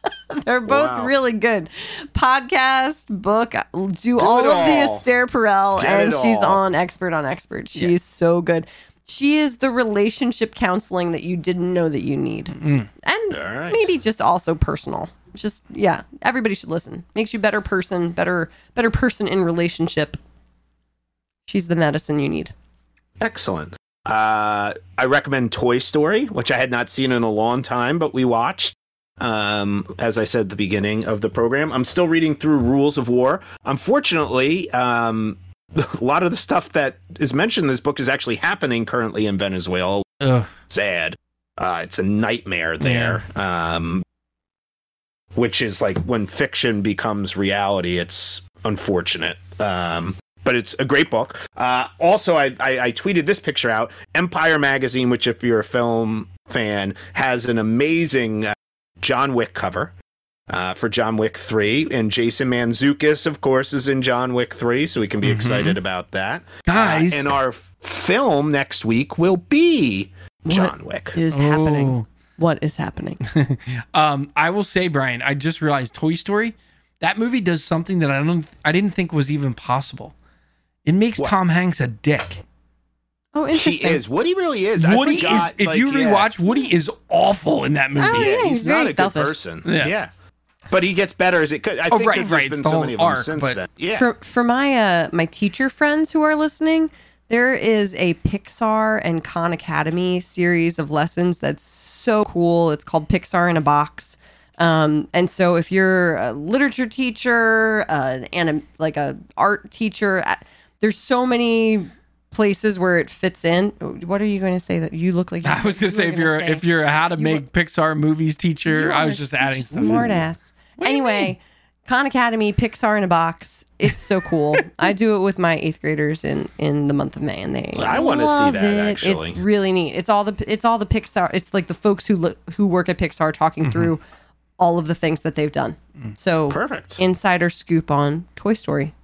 Speaker 3: They're both
Speaker 1: Wow.
Speaker 3: really good. Podcast, book, do, all
Speaker 1: it
Speaker 3: of the
Speaker 1: all.
Speaker 3: Esther Perel,
Speaker 1: Get
Speaker 3: and
Speaker 1: it
Speaker 3: she's
Speaker 1: all.
Speaker 3: on Expert on Expert. She's so good. She is the relationship counseling that you didn't know that you need.
Speaker 2: Mm.
Speaker 3: And
Speaker 1: All right.
Speaker 3: maybe just also personal. Just yeah, everybody should listen. Makes you a better person, better better person in relationship. She's the medicine you need.
Speaker 1: Excellent. Uh, I recommend Toy Story, which I had not seen in a long time, but we watched. Um, as I said at the beginning of the program, I'm still reading through Rules of War. Unfortunately, um, a lot of the stuff that is mentioned in this book is actually happening currently in Venezuela.
Speaker 2: Ugh.
Speaker 1: Sad. Uh, it's a nightmare there. Um, which is like when fiction becomes reality. It's unfortunate. Um, but it's a great book. Uh, also, I, I, I tweeted this picture out. Empire Magazine, which, if you're a film fan, has an amazing uh, John Wick cover uh, for John Wick 3. And Jason Manzukis, of course, is in John Wick 3, so we can be
Speaker 2: Mhm.
Speaker 1: excited about that. Uh,
Speaker 2: Guys.
Speaker 1: and our f- film next week will be
Speaker 3: What
Speaker 1: John Wick.
Speaker 3: is
Speaker 2: Oh.
Speaker 3: happening? What is happening?
Speaker 2: Um, I will say, Brian, I just realized Toy Story, that movie does something that I don't, I didn't think was even possible. It makes
Speaker 1: What?
Speaker 2: Tom Hanks a dick.
Speaker 3: Oh,
Speaker 1: He
Speaker 3: interesting.
Speaker 1: is. Woody really is. I
Speaker 2: Woody
Speaker 1: forgot,
Speaker 2: is. If
Speaker 1: like,
Speaker 2: you
Speaker 1: yeah.
Speaker 2: rewatch, Woody is awful in that movie.
Speaker 3: Oh,
Speaker 1: Yeah,
Speaker 3: yeah,
Speaker 1: he's,
Speaker 3: he's
Speaker 1: not
Speaker 3: very
Speaker 1: a good
Speaker 3: selfish.
Speaker 1: person.
Speaker 2: Yeah.
Speaker 1: Yeah. But he gets better as it. co- I think 'cause
Speaker 2: right,
Speaker 1: there's
Speaker 2: right,
Speaker 1: been
Speaker 2: it's the
Speaker 1: so many of
Speaker 2: whole
Speaker 1: them
Speaker 2: arc,
Speaker 1: since
Speaker 2: but-
Speaker 1: then. Yeah.
Speaker 3: for for my uh, my teacher friends who are listening, there is a Pixar and Khan Academy series of lessons that's so cool. It's called Pixar in a Box. Um, and so if you're a literature teacher, uh, and a, like a art teacher, uh, there's so many places where it fits in. What are you going to say that you look like?
Speaker 2: I was gonna
Speaker 3: you
Speaker 2: say
Speaker 3: were
Speaker 2: if you're
Speaker 3: say?
Speaker 2: if you're a how to make Pixar movies teacher,
Speaker 3: You
Speaker 2: I
Speaker 3: are
Speaker 2: was just
Speaker 3: such
Speaker 2: adding
Speaker 3: a smart ass. Anyway, Khan Academy, Pixar in a box. It's so cool. I do it with my eighth graders in in the month of May, and they
Speaker 1: I wanna see
Speaker 3: love
Speaker 1: that,
Speaker 3: it.
Speaker 1: actually.
Speaker 3: it's really neat. It's all the it's all the Pixar. It's like the folks who lo- who work at Pixar talking
Speaker 2: Mm-hmm.
Speaker 3: through all of the things that they've done.
Speaker 2: Mm.
Speaker 3: So
Speaker 1: Perfect.
Speaker 3: insider scoop on Toy Story.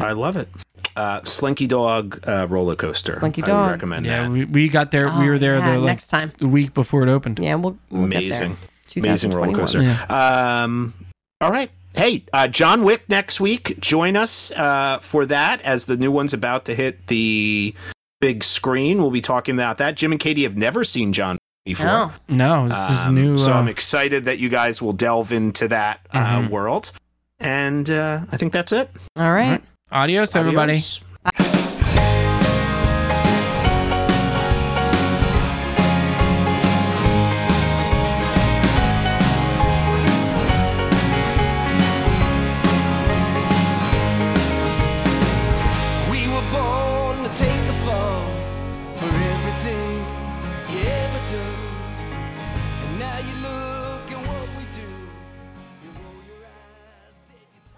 Speaker 1: I love it. Uh, Slinky Dog uh, roller coaster.
Speaker 3: Slinky
Speaker 1: I would
Speaker 3: Dog.
Speaker 1: recommend
Speaker 2: Yeah,
Speaker 1: that.
Speaker 2: we, we got there. we
Speaker 3: Oh,
Speaker 2: were there
Speaker 3: yeah,
Speaker 2: the like,
Speaker 3: next time.
Speaker 2: the week before it opened.
Speaker 3: Yeah, we'll, we'll
Speaker 1: Amazing.
Speaker 3: get there.
Speaker 1: Amazing roller
Speaker 3: 2021.
Speaker 1: coaster. Um, all right. Hey, uh, John Wick next week. Join us uh, for that as the new one's about to hit the big screen. We'll be talking about that. Jim and Katie have never seen John Wick before.
Speaker 3: Oh,
Speaker 2: No, this is
Speaker 1: Um,
Speaker 2: new.
Speaker 1: so
Speaker 2: uh,
Speaker 1: I'm excited that you guys will delve into that uh,
Speaker 2: Mhm.
Speaker 1: world. And uh, I think that's it.
Speaker 3: all right.
Speaker 2: Adios, everybody.
Speaker 1: Adios.